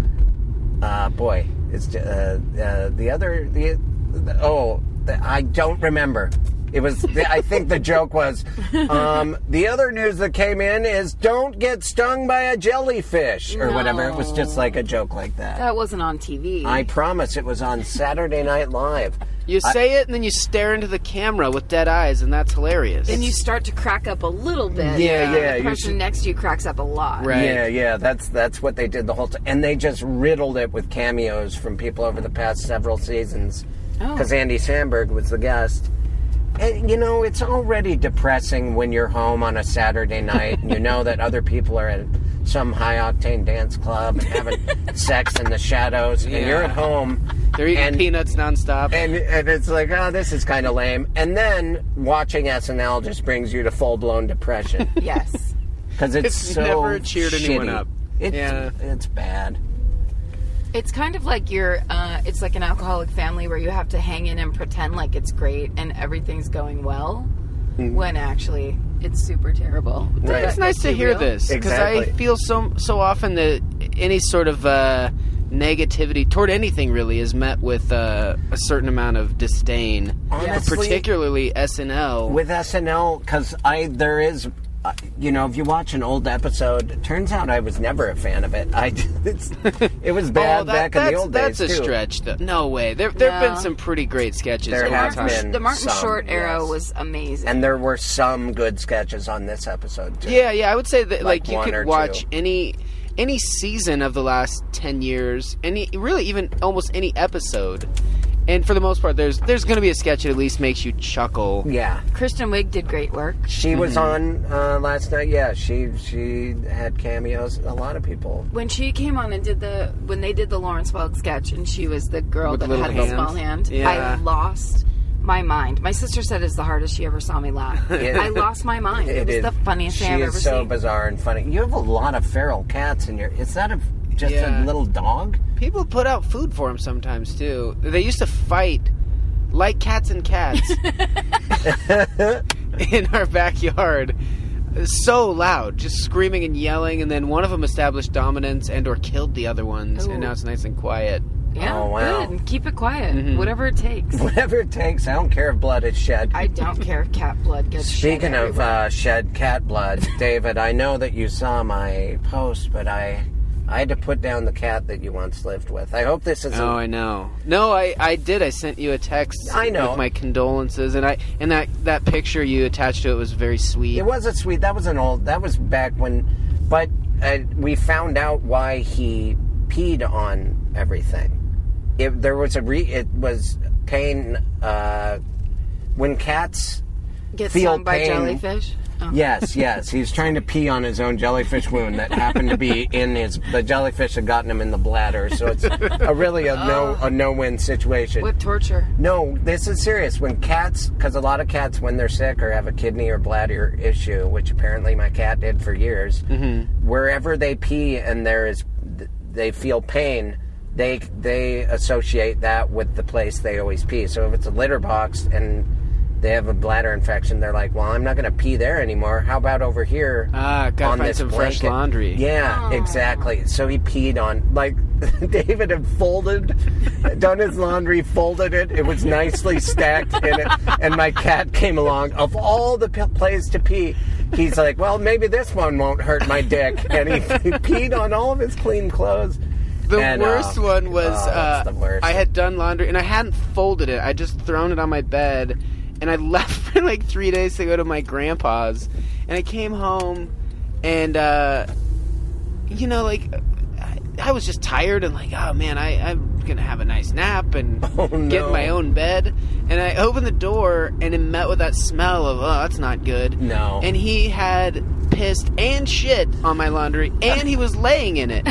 Speaker 7: uh, boy, it's j- uh, uh, the other the, the oh the, I don't remember. It was the, I think the joke was um, the other news that came in is don't get stung by a jellyfish or whatever. It was just like a joke like that.
Speaker 8: That wasn't on TV.
Speaker 7: I promise it was on Saturday Night Live.
Speaker 1: you say it and then you stare into the camera with dead eyes, and that's hilarious.
Speaker 8: and you start to crack up a little bit.
Speaker 7: Yeah,
Speaker 8: and
Speaker 7: yeah,
Speaker 8: The
Speaker 7: you
Speaker 8: person
Speaker 7: should-
Speaker 8: next to you cracks up a lot.
Speaker 1: Right.
Speaker 7: Yeah, yeah, that's that's what they did the whole time, and they just riddled it with cameos from people over the past several seasons. Because Andy Samberg was the guest, and you know it's already depressing when you're home on a Saturday night and you know that other people are at some high octane dance club and having sex in the shadows, and you're at home.
Speaker 1: They're eating
Speaker 7: and-
Speaker 1: peanuts nonstop.
Speaker 7: And, and it's like, oh, this is kind of lame. And then watching SNL just brings you to full blown depression.
Speaker 8: <laughs> Yes.
Speaker 7: Because it's,
Speaker 1: It's
Speaker 7: so
Speaker 1: never cheered anyone
Speaker 7: shitty.
Speaker 1: up.
Speaker 7: It's,
Speaker 1: Yeah.
Speaker 7: it's bad.
Speaker 8: It's kind of like you're, uh, it's like an alcoholic family where you have to hang in and pretend like it's great and everything's going well
Speaker 7: Mm-hmm.
Speaker 8: when actually it's super terrible. Does
Speaker 7: Right.
Speaker 8: that
Speaker 1: it's nice
Speaker 8: get
Speaker 1: to
Speaker 8: you
Speaker 1: hear
Speaker 8: real?
Speaker 1: this because
Speaker 7: Exactly.
Speaker 1: I feel so so often that any sort of uh, negativity toward anything really is met with uh, a certain amount of disdain,
Speaker 7: Honestly-
Speaker 1: particularly SNL.
Speaker 7: With SNL, because I there is, uh, you know, if you watch an old episode, it turns out I was never a fan of it. I <laughs> it's, it was bad
Speaker 1: Oh, that-
Speaker 7: back in
Speaker 1: that's,
Speaker 7: the old
Speaker 1: that's
Speaker 7: days
Speaker 1: a
Speaker 7: too.
Speaker 1: stretch, though. No way. There, there have
Speaker 8: No.
Speaker 1: been some pretty great sketches
Speaker 7: There
Speaker 1: over
Speaker 7: have
Speaker 1: time.
Speaker 7: been.
Speaker 8: The Martin
Speaker 7: some,
Speaker 8: Short era
Speaker 7: yes.
Speaker 8: was amazing.
Speaker 7: And there were some good sketches on this episode too.
Speaker 1: Yeah, yeah. I would say that
Speaker 7: Like
Speaker 1: like, you
Speaker 7: one or
Speaker 1: could watch
Speaker 7: two.
Speaker 1: any any season of the last 10 years, any really even almost any episode. And for the most part there's there's going to be a sketch that at least makes you chuckle.
Speaker 7: Yeah.
Speaker 8: Kristen Wiig did great work.
Speaker 7: She was on
Speaker 1: Mm-hmm.
Speaker 7: uh, last night. Yeah, she she had cameos. A lot of people.
Speaker 8: When she came on and did the when they did the Lawrence Welk sketch and she was the girl
Speaker 1: With
Speaker 8: that
Speaker 1: little
Speaker 8: had
Speaker 1: hands.
Speaker 8: the small hand,
Speaker 1: Yeah.
Speaker 8: I lost my mind. My sister said it's the hardest she ever saw
Speaker 7: <laughs>
Speaker 8: me laugh. I lost my mind. It, was
Speaker 7: is-
Speaker 8: the funniest
Speaker 7: she
Speaker 8: thing I've
Speaker 7: is
Speaker 8: ever
Speaker 7: so
Speaker 8: seen.
Speaker 7: bizarre and funny. You have a lot of feral cats in your. Is that a just
Speaker 1: Yeah.
Speaker 7: a little dog?
Speaker 1: People put out food for him sometimes too. They used to fight like cats
Speaker 7: <laughs>
Speaker 1: and cats in our backyard. So loud, just screaming and yelling, and then one of them established dominance and/or killed the other ones, and now it's nice and quiet.
Speaker 8: yeah,
Speaker 7: Oh, wow.
Speaker 8: good. Keep it quiet. Whatever it takes.
Speaker 7: <laughs> Whatever it takes. I don't care if blood is shed.
Speaker 8: I don't care if cat blood gets shed
Speaker 7: Speaking of
Speaker 8: everywhere.
Speaker 7: uh, shed cat
Speaker 8: <laughs>
Speaker 7: blood, David, I know that you saw my post, but I I had to put down the cat that you once lived with. I hope this isn't.
Speaker 1: Oh, I know. No, I, I did. I sent you a text.
Speaker 7: I know.
Speaker 1: with my condolences, and I and that that picture you attached to it was very sweet.
Speaker 7: It was a sweet. That was an old. That was back when, but uh, we found out why he peed on everything. It, there was a re. It was pain. Uh, when cats.
Speaker 8: Get
Speaker 7: feel
Speaker 8: stung by
Speaker 7: pain.
Speaker 8: jellyfish. Oh.
Speaker 7: Yes, yes. He's trying to pee on his own jellyfish wound that happened to be in his. The jellyfish had gotten him in the bladder, so it's a really a no a no win situation.
Speaker 8: Oh. What torture.
Speaker 7: No, this is serious. When cats, because a lot of cats, when they're sick or have a kidney or bladder issue, which apparently my cat did for years, wherever they pee and there is, they feel pain. They they associate that with the place they always pee. So if it's a litter box and they have a bladder infection, they're like, "Well, I'm not going to pee there anymore. How about over here
Speaker 1: Ah, gotta
Speaker 7: on
Speaker 1: find
Speaker 7: this
Speaker 1: some fresh
Speaker 7: blanket?"
Speaker 1: laundry.
Speaker 7: Yeah, exactly. So he peed on like <laughs> David had folded, done his laundry, folded it. It was nicely stacked, in it, and my cat came along. Of all the p- places to pee, he's like, "Well, maybe this one won't hurt my dick," and he, <laughs> he peed on all of his clean clothes.
Speaker 1: The
Speaker 7: And, uh,
Speaker 1: worst one was
Speaker 7: oh, that's
Speaker 1: uh,
Speaker 7: the worst.
Speaker 1: I had done laundry and I hadn't folded it. I just thrown it on my bed, and I <laughs> left for like three days to go to my grandpa's. And I came home, and uh, you know, like I, I was just tired and like, oh man, I, I'm gonna have a nice
Speaker 7: <laughs>
Speaker 1: nap and
Speaker 7: Oh,
Speaker 1: get in
Speaker 7: no.
Speaker 1: my own bed. And I opened the door and it met with that smell of, oh, that's not good.
Speaker 7: No.
Speaker 1: And he had pissed and shit on my laundry and he was laying in
Speaker 7: <laughs>
Speaker 1: it.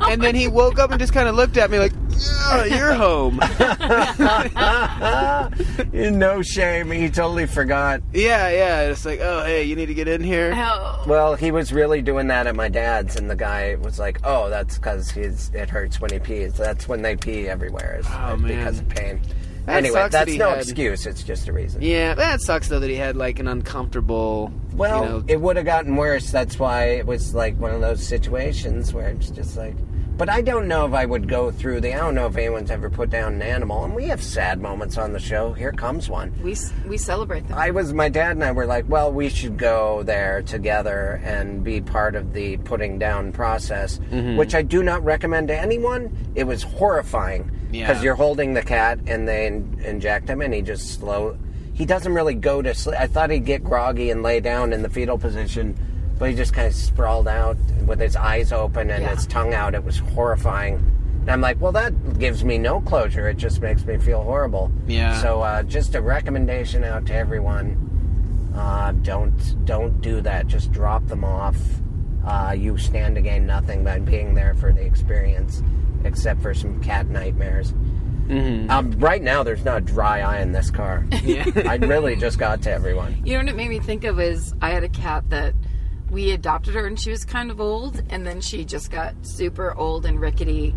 Speaker 1: and then he woke up and just kind of looked at me like,
Speaker 7: <laughs>
Speaker 1: "Yeah, you're home.
Speaker 7: <laughs> no shame. He totally forgot.
Speaker 1: yeah, yeah. It's like, oh, hey, you need to get in here.
Speaker 8: Oh,
Speaker 7: Well, he was really doing that at my dad's, and the guy was like, "Oh, that's because he's it hurts when he pees. That's when they pee everywhere. Is
Speaker 1: Oh,
Speaker 7: it- because
Speaker 1: man.
Speaker 7: of pain."
Speaker 1: That
Speaker 7: anyway,
Speaker 1: sucks that
Speaker 7: that's
Speaker 1: he
Speaker 7: no
Speaker 1: had-
Speaker 7: excuse. It's just a reason.
Speaker 1: Yeah, that sucks though that he had like an uncomfortable.
Speaker 7: well,
Speaker 1: you know,
Speaker 7: it would have gotten worse. That's why it was like one of those situations where it's just like. But I don't know if I would go through the. I don't know if anyone's ever put down an animal, and we have sad moments on the show. Here comes one.
Speaker 8: we s- we celebrate them.
Speaker 7: I was my dad and I were like, well, we should go there together and be part of the putting down process, which I do not recommend to anyone. It was horrifying because
Speaker 1: Yeah.
Speaker 7: you're holding the cat and they in- inject him, and he just slow. He doesn't really go to sleep. I thought he'd get groggy and lay down in the fetal position, but he just kind of sprawled out with his eyes open and his tongue out. It was horrifying. And I'm like, well, that gives me no closure. It just makes me feel horrible.
Speaker 1: Yeah.
Speaker 7: So uh, just a recommendation out to everyone: uh, don't don't do that. Just drop them off. Uh, you stand to gain nothing by being there for the experience, except for some cat nightmares. Um, right now, there's not a dry eye in this car. I really just got to everyone.
Speaker 8: You know what it made me think of is I had a cat that we adopted her and she was kind of old and then she just got super old and rickety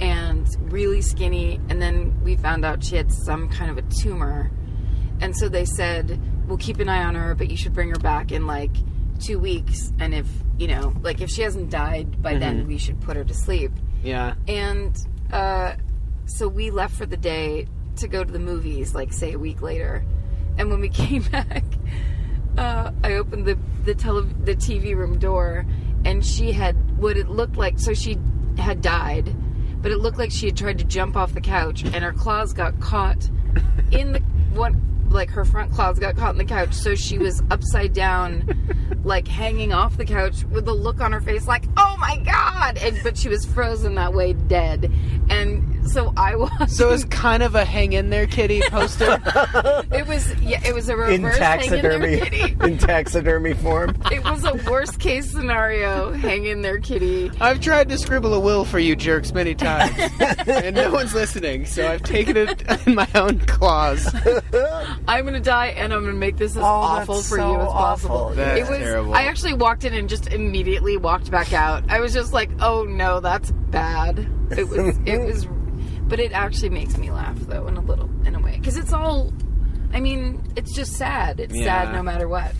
Speaker 8: and really skinny and then we found out she had some kind of a tumor. And so they said, "We'll keep an eye on her, but you should bring her back in like 2 weeks and if, you know, like if she hasn't died by
Speaker 7: Mm-hmm.
Speaker 8: then, we should put her to sleep."
Speaker 1: yeah.
Speaker 8: And uh, so we left for the day to go to the movies, like say a week later. And when we <laughs> came back, uh, I opened the the, tele- the TV room door, and she had what it looked like. So she had died,
Speaker 7: <laughs>
Speaker 8: but it looked like she had tried to jump off the couch, and her claws got caught in the one like her front claws got caught in the couch, so she was upside down, like hanging off the couch with a look on her face, like "Oh my god!" And but she was frozen that way, dead. And so I watched.
Speaker 1: So it's kind of a hang in there, kitty
Speaker 7: <laughs>
Speaker 1: poster.
Speaker 8: <laughs> it was yeah, it was a reverse
Speaker 7: in taxidermy,
Speaker 8: hang in there, kitty.
Speaker 7: in taxidermy form.
Speaker 8: It was a worst case scenario. Hang in there, kitty.
Speaker 1: I've tried to scribble a will for you jerks
Speaker 8: <laughs>
Speaker 1: many times, and no one's listening, so I've taken it in my own
Speaker 8: <laughs>
Speaker 1: claws.
Speaker 8: I'm gonna die, and I'm gonna make this as
Speaker 7: Oh,
Speaker 8: <laughs> awful
Speaker 7: that's
Speaker 8: for
Speaker 7: so
Speaker 8: you as possible.
Speaker 7: awful.
Speaker 1: That's
Speaker 8: it was.
Speaker 1: terrible.
Speaker 8: I actually walked in and just immediately walked back out. I was just like, "Oh no, that's bad." It
Speaker 1: <laughs>
Speaker 8: was. it was. But it actually makes me laugh though, in a little, in a way, because it's all. I mean, it's just sad. It's
Speaker 1: Yeah. Mm-hmm.
Speaker 8: sad no matter what.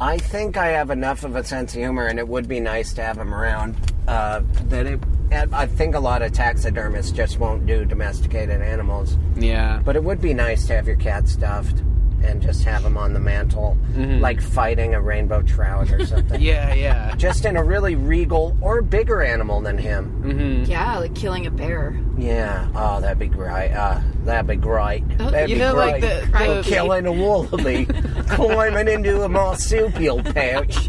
Speaker 7: I think I have enough of a sense of humor, and it would be nice to have him around. Uh, that it, and I think a lot of taxidermists just won't do domesticated animals,
Speaker 1: Yeah.
Speaker 7: but it would be nice to have your cat stuffed and just have him on the mantle, like fighting a rainbow trout or
Speaker 1: <laughs>
Speaker 7: something.
Speaker 1: Yeah, yeah.
Speaker 7: Just in a really regal or bigger animal than him.
Speaker 8: Yeah, like killing a bear.
Speaker 7: Yeah. Oh, that'd be great. Uh, that'd be great. that'd
Speaker 1: Oh, you
Speaker 7: be
Speaker 1: know, like
Speaker 7: great.
Speaker 1: the-
Speaker 7: Or
Speaker 1: the-
Speaker 7: killing a
Speaker 1: <laughs>
Speaker 7: wallaby, climbing into a marsupial pouch.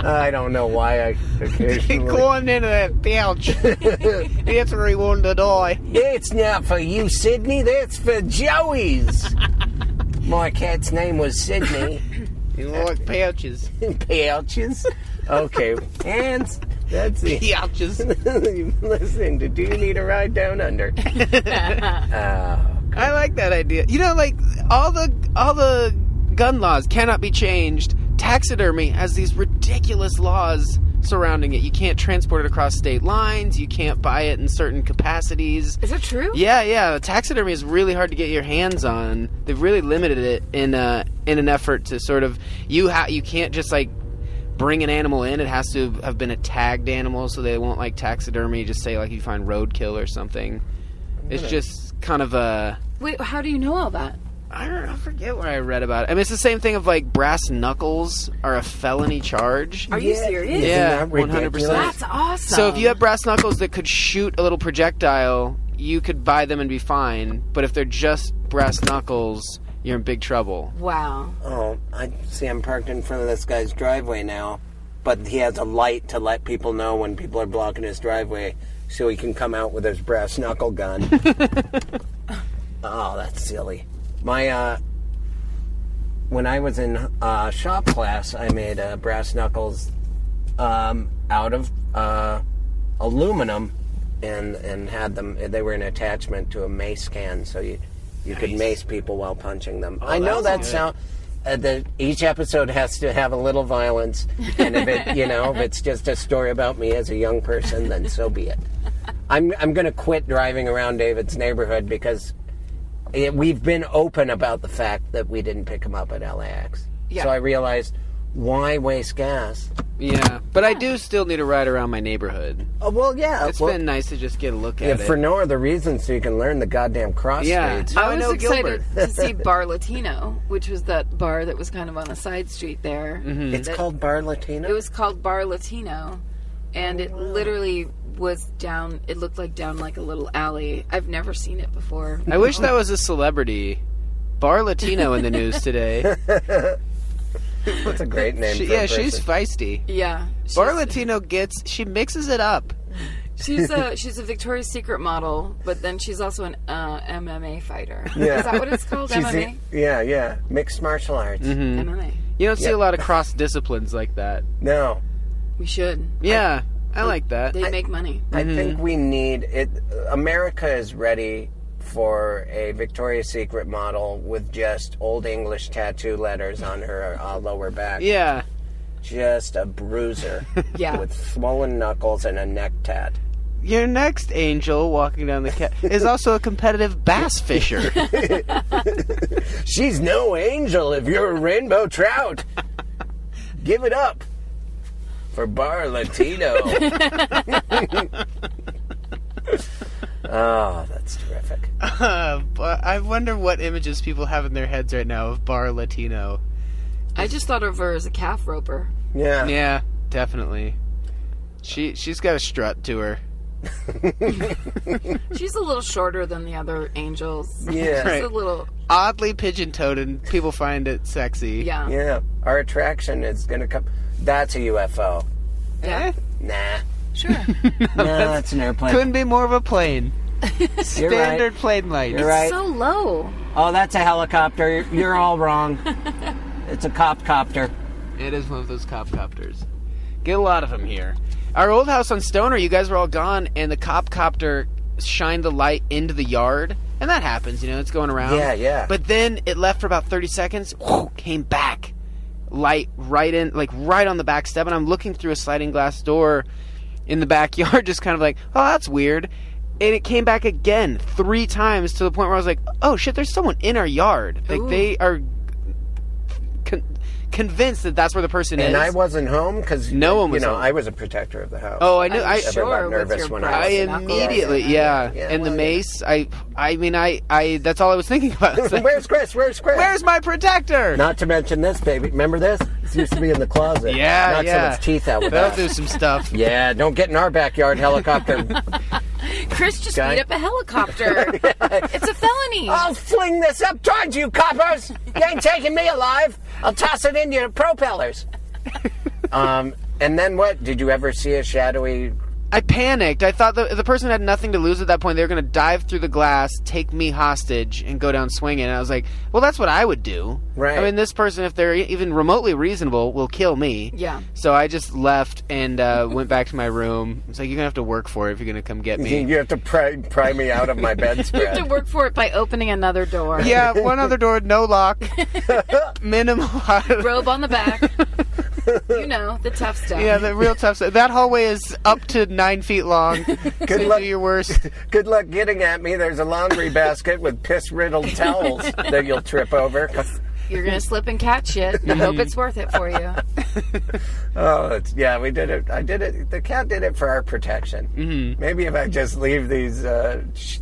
Speaker 7: I don't know why I
Speaker 1: <laughs>
Speaker 7: occasionally.
Speaker 1: Going into
Speaker 8: <laughs>
Speaker 1: that pouch. That's where he wanted to die.
Speaker 7: It's not for you, Sydney. That's for Joey's. My cat's name was Sydney.
Speaker 1: He
Speaker 8: <laughs>
Speaker 1: liked pouches.
Speaker 7: Pouches. Okay, and that's it.
Speaker 1: <laughs>
Speaker 7: <laughs>
Speaker 1: Pouches.
Speaker 7: Listen to Do You Need a Ride Down Under?
Speaker 1: I like that idea. You know, like all the all the gun laws cannot be changed. Taxidermy has these ridiculous laws surrounding it. You can't transport it across state lines. You can't buy it in certain capacities.
Speaker 8: Is that true?
Speaker 1: Yeah, yeah. the Taxidermy is really hard to get your hands on. They've really limited it in uh, in an effort to sort of you ha- you can't just like bring an animal in. It has to have been a tagged animal, so they won't like taxidermy. Just say like you find roadkill or something. It's just kind of a
Speaker 8: Wait, how do you know all that?
Speaker 1: I don't know, I forget where I read about it. I mean, it's the same thing of like brass knuckles are a felony charge.
Speaker 8: Are you serious?
Speaker 1: Yeah,
Speaker 7: Isn't that ridiculous?
Speaker 1: 100%.
Speaker 8: That's awesome.
Speaker 1: So if you have brass knuckles that could shoot a little projectile, you could buy them and be fine. But if they're just brass knuckles, you're in big trouble.
Speaker 8: wow.
Speaker 7: Oh, I see. I'm parked in front of this guy's driveway now, but he has a light to let people know when people are blocking his driveway, so he can come out with his brass knuckle gun. oh, that's silly. My uh, when I was in uh, shop class, I made uh, brass knuckles um, out of uh, aluminum, and and had them. They were an attachment to a mace can, so you you could mace people while punching
Speaker 1: Oh,
Speaker 7: them. I know that sound. Uh, the, each episode has to have a little violence, and if it, you know, if it's just a story about me as a young person, then so be it. I'm I'm going to quit driving around David's neighborhood because it, we've been open about the fact that we didn't pick him up at LAX.
Speaker 8: Yeah.
Speaker 7: So I realized why waste gas?
Speaker 1: Yeah, but I do still need a ride around my neighborhood.
Speaker 7: Oh, well, yeah.
Speaker 1: It's
Speaker 7: well,
Speaker 1: been nice to just get a look
Speaker 7: yeah,
Speaker 1: at
Speaker 7: for
Speaker 1: it.
Speaker 7: no other reason, so you can learn the goddamn cross
Speaker 1: Yeah.
Speaker 7: streets.
Speaker 1: How
Speaker 8: I
Speaker 1: I
Speaker 8: was
Speaker 1: know
Speaker 8: excited
Speaker 1: <laughs>
Speaker 8: to see Bar Latino, which was that bar that was kind of on a side street there.
Speaker 1: Mm-hmm.
Speaker 7: It's called Bar Latino.
Speaker 8: It was called Bar Latino, and it literally was down. It looked like down like a little alley. I've never seen it before.
Speaker 1: I wish that was a celebrity. Bar Latino in the news
Speaker 7: <laughs>
Speaker 1: today.
Speaker 7: That's a great name.
Speaker 1: She,
Speaker 7: for a
Speaker 1: yeah, she's
Speaker 7: person.
Speaker 1: feisty.
Speaker 8: Yeah, she's,
Speaker 1: Bar Latino gets she mixes it up.
Speaker 8: she's a she's a Victoria's Secret model, but then she's also an uh, MMA fighter.
Speaker 7: Yeah.
Speaker 8: Is that what it's called?
Speaker 7: She's
Speaker 8: MMA.
Speaker 7: the- yeah, yeah. Mixed martial arts.
Speaker 1: Mm-hmm. hmm.
Speaker 8: MMA.
Speaker 1: You don't see
Speaker 7: Yeah.
Speaker 1: a lot of cross disciplines like that.
Speaker 7: No,
Speaker 8: We should.
Speaker 1: Yeah, I, like that.
Speaker 8: They make money.
Speaker 7: I
Speaker 1: Mm-hmm.
Speaker 7: think we need it. America is ready for a Victoria's Secret model with just old English tattoo letters on her uh, lower back.
Speaker 1: yeah,
Speaker 7: Just a
Speaker 1: <laughs>
Speaker 7: bruiser
Speaker 8: Yeah.
Speaker 7: with swollen knuckles and a neck tat.
Speaker 1: your next angel walking down the cat is also a competitive bass fisher. <laughs>
Speaker 7: She's no angel if you're a rainbow trout. Give it up for Bar Latino. oh, that's terrific.
Speaker 1: Uh, but I wonder what images people have in their heads right now of Bar Latino.
Speaker 8: I just thought of her as a calf roper.
Speaker 7: Yeah.
Speaker 1: Yeah, definitely. She she's got a strut to her.
Speaker 8: She's a little shorter than the other angels.
Speaker 7: Yeah.
Speaker 8: She's
Speaker 1: Right.
Speaker 8: a little.
Speaker 1: Oddly pigeon-toed, and people find it sexy.
Speaker 8: Yeah.
Speaker 7: Yeah, our attraction is gonna come. That's a UFO.
Speaker 1: Eh?
Speaker 7: Nah.
Speaker 8: Sure.
Speaker 7: <laughs> No, that's an airplane.
Speaker 1: Couldn't be more of a plane.
Speaker 7: You're right.
Speaker 1: Standard plane light.
Speaker 7: You're right.
Speaker 8: So low.
Speaker 7: Oh, that's a helicopter. You're- You're all
Speaker 8: <laughs>
Speaker 7: wrong. it's a cop copter.
Speaker 1: It is one of those cop copters. Get a lot of them here. Our old house on Stoner, you guys were all gone, and the cop copter shined the light into the yard, and that happens. You know, it's going around.
Speaker 7: Yeah, yeah.
Speaker 1: But then it left for about thirty seconds. came back, light right in, like right on the back step, and I'm looking through a sliding glass door in the backyard, <laughs> just kind of like, oh, that's weird. And it came back again three times to the point where I was like, oh shit, there's someone in our yard. Like they are con- convinced that that's where the person
Speaker 7: And
Speaker 1: is.
Speaker 7: I wasn't home because
Speaker 1: No one was
Speaker 7: You know,
Speaker 1: home.
Speaker 7: I was a protector of the house.
Speaker 1: oh, I knew.
Speaker 8: I'm
Speaker 1: I,
Speaker 8: sure
Speaker 7: Everyone
Speaker 8: with
Speaker 7: nervous
Speaker 8: your
Speaker 7: when I
Speaker 8: brass
Speaker 1: I
Speaker 8: knuckles and
Speaker 1: immediately,
Speaker 8: that.
Speaker 1: yeah.
Speaker 7: Yeah,
Speaker 1: and the
Speaker 7: well, yeah.
Speaker 1: mace. I, I mean, I, I. That's all I was thinking about. It's
Speaker 7: <laughs>
Speaker 1: like,
Speaker 7: Where's Chris? Where's Chris?
Speaker 1: Where's my protector?
Speaker 7: Not to mention this baby. Remember this? It used to be in the closet.
Speaker 1: <laughs> Yeah,
Speaker 7: Knocked
Speaker 1: yeah.
Speaker 7: someone's teeth out with
Speaker 1: That'll do
Speaker 7: that.
Speaker 1: some stuff.
Speaker 7: Yeah, don't get in our backyard
Speaker 1: <laughs>
Speaker 7: helicopter.
Speaker 8: Chris just
Speaker 7: Guy-
Speaker 8: beat up a helicopter. it's a felony.
Speaker 7: I'll fling this up towards you, coppers. You ain't taking me alive. I'll toss it into your
Speaker 1: <laughs>
Speaker 7: propellers. um, and then what? Did you ever see a shadowy?
Speaker 1: I panicked. I thought the, the person had nothing to lose at that point. They were going to dive through the glass, take me hostage, and go down swinging. And I was like, well, that's what I would do.
Speaker 7: Right.
Speaker 1: I mean, this person, if they're e- even remotely reasonable, will kill me.
Speaker 8: Yeah.
Speaker 1: So I just left and uh, went back to my room. It's like, you're going to have to work for it if you're going to come get me.
Speaker 7: <laughs> You have to pry, pry me out of my
Speaker 8: You have to
Speaker 7: bedspread.
Speaker 8: work for it by opening another door.
Speaker 1: yeah, one other door,
Speaker 7: <laughs>
Speaker 1: no lock. Minimal.
Speaker 8: Robe on the
Speaker 1: <laughs>
Speaker 8: back. you know, the tough stuff.
Speaker 1: Yeah, the real tough stuff. That hallway is up to nine feet long. so
Speaker 7: luck.
Speaker 1: Do your worst.
Speaker 7: Good luck getting at me. There's a laundry basket with piss riddled towels that you'll trip over.
Speaker 8: You're going to slip and catch it. I
Speaker 1: Mm-hmm.
Speaker 8: hope it's worth it for you.
Speaker 7: Oh, it's, yeah, we did it. I did it. The cat did it for our protection. Mm-hmm. Maybe if I just leave these uh, sh-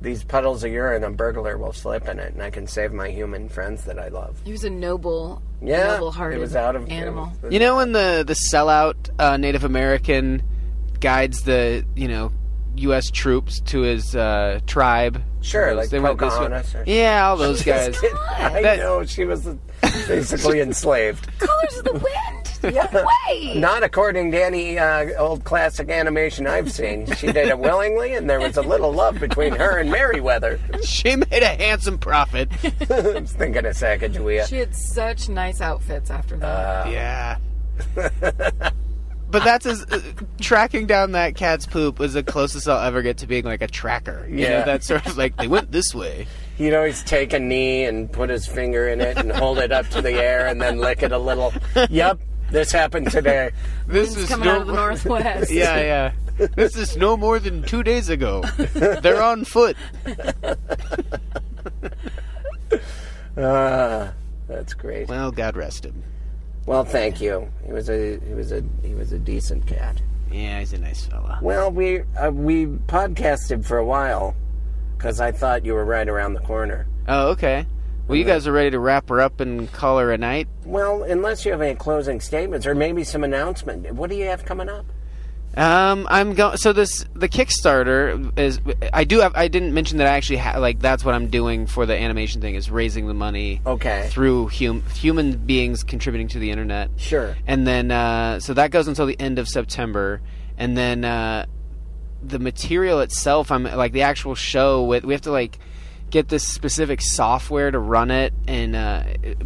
Speaker 7: these puddles of urine, a burglar will slip in it, and I can save my human friends that I love.
Speaker 8: He was a noble,
Speaker 7: Yeah,
Speaker 8: noble-hearted
Speaker 7: it was out of
Speaker 8: animal.
Speaker 7: it was-
Speaker 1: You know when the the sellout uh, Native American guides the you know U.S. troops to his uh, tribe?
Speaker 7: Sure,
Speaker 1: Those-
Speaker 7: like
Speaker 1: this way-
Speaker 7: Pocahontas or-
Speaker 1: Yeah,
Speaker 7: <laughs>
Speaker 1: all those guys.
Speaker 7: I
Speaker 1: That-
Speaker 7: know she was
Speaker 8: <laughs>
Speaker 7: basically enslaved.
Speaker 8: Colors of the wind.
Speaker 7: <laughs> Yeah.
Speaker 8: Way.
Speaker 7: Not according to any uh, old classic animation I've seen. She did it willingly, and there was a little love between her and Merriweather.
Speaker 1: She made a handsome profit.
Speaker 7: I was thinking of Sacagawea.
Speaker 8: She had such nice outfits after that.
Speaker 1: Yeah. <laughs> But that's as uh, tracking down that cat's poop was the closest I'll ever get to being like a tracker. You
Speaker 7: Yeah.
Speaker 1: know, that sort of like they went this way.
Speaker 7: He'd always take a knee and put his finger in it and hold it up to the air and then lick it a little. Yep, this happened today.
Speaker 1: This
Speaker 8: It's
Speaker 1: is
Speaker 8: coming
Speaker 1: no
Speaker 8: out of the
Speaker 1: more- <laughs>
Speaker 8: northwest.
Speaker 1: Yeah, yeah. This is no more than two days ago. They're on foot.
Speaker 7: Ah, that's great.
Speaker 1: Well, God rest him.
Speaker 7: Well, thank you. He was a he was a he was a decent cat.
Speaker 1: Yeah, he's a nice fella.
Speaker 7: Well, we uh, we podcasted for a while because I thought you were right around the corner.
Speaker 1: Oh, okay. Well, you guys are ready to wrap her up and call her a night.
Speaker 7: Well, unless you have any closing statements or maybe some announcement. What do you have coming up?
Speaker 1: Um, I'm going. So this the Kickstarter is. I do have. I didn't mention that I actually ha- like. That's what I'm doing for the animation thing is raising the money.
Speaker 7: Okay.
Speaker 1: Through hum- human beings contributing to the internet.
Speaker 7: Sure.
Speaker 1: And then uh, so that goes until the end of September, and then uh, the material itself. I'm like the actual show. With we have to like get this specific software to run it and uh,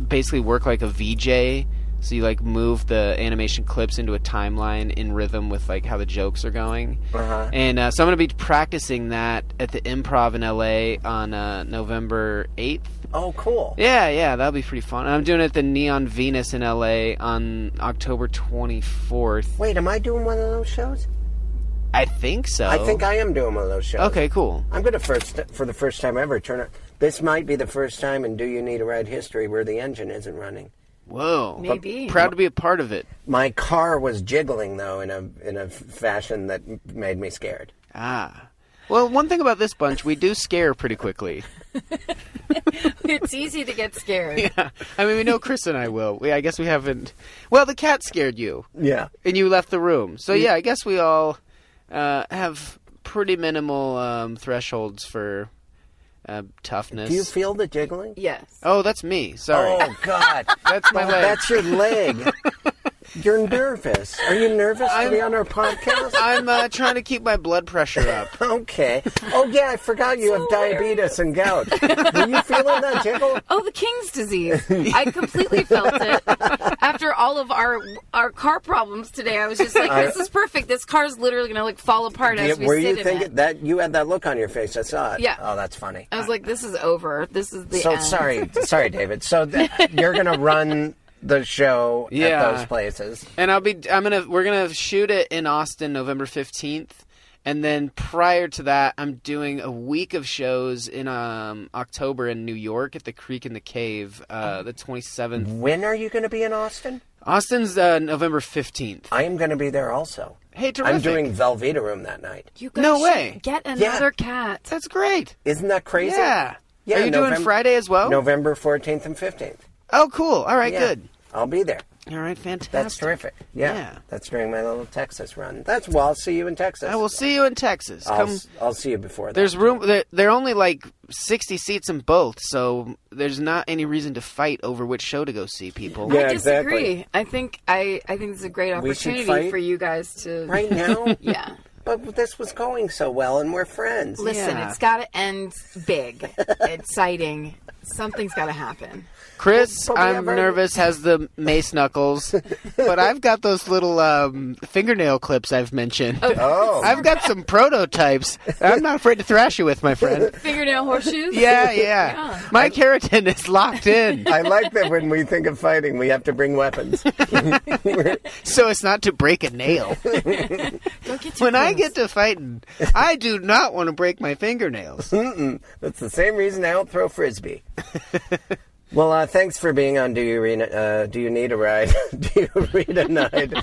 Speaker 1: basically work like a VJ. So you like move the animation clips into a timeline in rhythm with like how the jokes are going.
Speaker 7: Uh-huh.
Speaker 1: And uh, so I'm going to be practicing that at the Improv in LA on uh, November 8th.
Speaker 7: Oh, cool.
Speaker 1: Yeah, yeah, that'll be pretty fun. And I'm doing it at the Neon Venus in LA on October 24th.
Speaker 7: Wait, am I doing one of those shows?
Speaker 1: I think so.
Speaker 7: I think I am doing one of those shows.
Speaker 1: Okay, cool.
Speaker 7: I'm gonna first for the first time ever turn it. This might be the first time in Do You Need a Ride history where the engine isn't running.
Speaker 1: Whoa.
Speaker 8: Maybe.
Speaker 1: Proud to be a part of it.
Speaker 7: My car was jiggling though in a in a fashion that m- made me scared.
Speaker 1: Ah. Well, one thing about this bunch, we do scare pretty quickly.
Speaker 8: <laughs> It's easy to get
Speaker 1: <laughs>
Speaker 8: scared.
Speaker 1: I mean, we know Chris and I will. We, I guess we haven't. Well, the cat scared you,
Speaker 7: Yeah.
Speaker 1: and you left the room. So yeah, I guess we all uh, have pretty minimal um, thresholds for uh, toughness.
Speaker 7: Do you feel the jiggling?
Speaker 8: Yes.
Speaker 1: oh, that's me. Sorry,
Speaker 7: Oh God,
Speaker 1: that's my
Speaker 7: Oh,
Speaker 1: leg.
Speaker 7: That's your
Speaker 8: <laughs>
Speaker 7: leg. You're nervous. Are you nervous to be on our podcast? <laughs>
Speaker 1: I'm uh, trying to keep my blood pressure up.
Speaker 7: Okay. Oh yeah, I forgot you have diabetes and gout. Were you feeling that
Speaker 8: <laughs>
Speaker 7: jiggle?
Speaker 8: Oh, the King's
Speaker 7: <laughs>
Speaker 8: disease. I completely felt it. After all of our our car problems today, I was just like, this is perfect. This car's literally gonna like fall apart as we
Speaker 7: Were
Speaker 8: sit
Speaker 7: you
Speaker 8: in it.
Speaker 7: thinking that you had that look on your face? I saw it.
Speaker 8: Yeah.
Speaker 7: Oh, that's funny.
Speaker 8: I was like, this is over. This is the
Speaker 7: so
Speaker 8: end.
Speaker 7: sorry, sorry, David. So
Speaker 8: <laughs>
Speaker 7: th- you're gonna run the show
Speaker 1: Yeah.
Speaker 7: at those places.
Speaker 1: And I'll be I'm gonna we're gonna shoot it in Austin November fifteenth. And then prior to that, I'm doing a week of shows in um, October in New York at the Creek in the Cave,
Speaker 7: Oh.
Speaker 1: uh, the 27th.
Speaker 7: When are you gonna be in Austin?
Speaker 1: Austin's uh, November 15th.
Speaker 7: I am gonna be there also.
Speaker 1: Hey, terrific.
Speaker 7: I'm doing Velveeta Room that night.
Speaker 8: You guys
Speaker 1: No
Speaker 8: should
Speaker 1: way.
Speaker 8: Get another cat.
Speaker 1: That's great.
Speaker 7: Isn't that crazy?
Speaker 1: Yeah. Are you doing
Speaker 7: November-
Speaker 1: Friday as well?
Speaker 7: November 14th and 15th.
Speaker 1: Oh, cool. All right,
Speaker 7: Yeah.
Speaker 1: good.
Speaker 7: I'll be there.
Speaker 1: All right, fantastic.
Speaker 7: That's terrific. Yeah.
Speaker 1: Yeah.
Speaker 7: That's during my little Texas run. That's well, I'll see you in Texas.
Speaker 1: I will see you in Texas.
Speaker 7: I'll,
Speaker 1: Come.
Speaker 7: s- I'll see you before that.
Speaker 1: There's room. There, there are only like 60 seats in both, so there's not any reason to fight over which show to go see, people.
Speaker 7: Yeah,
Speaker 8: I disagree.
Speaker 7: exactly.
Speaker 8: I think I, I think this is a great
Speaker 7: We should
Speaker 8: opportunity
Speaker 7: fight.
Speaker 8: for you guys to
Speaker 1: <laughs>
Speaker 7: right now.
Speaker 8: Yeah.
Speaker 7: But this was going so well, and we're friends.
Speaker 8: Listen,
Speaker 1: Yeah.
Speaker 8: it's got to end big, exciting. Something's got to happen.
Speaker 1: Chris,
Speaker 7: But we
Speaker 1: I'm
Speaker 7: have our-
Speaker 1: nervous, has the
Speaker 7: <laughs>
Speaker 1: mace knuckles, but I've got those little um, fingernail clips I've mentioned.
Speaker 7: Oh,
Speaker 1: I've got some prototypes. I'm not afraid to thrash you with, my friend.
Speaker 8: Fingernail horseshoes?
Speaker 1: Yeah, yeah. My keratin is locked in,
Speaker 7: I like that when we think of fighting, we have to bring <laughs>
Speaker 1: <laughs>
Speaker 7: weapons.
Speaker 1: so it's not to break
Speaker 8: <laughs>
Speaker 1: a nail.
Speaker 8: Don't get too
Speaker 1: When I
Speaker 8: close.
Speaker 1: get to fighting, I do not want to break my fingernails.
Speaker 7: That's the same reason I don't throw
Speaker 1: <laughs>
Speaker 7: frisbee. well, uh, thanks for being on. Do you read? Uh, do you need a ride? <laughs> do you read a night?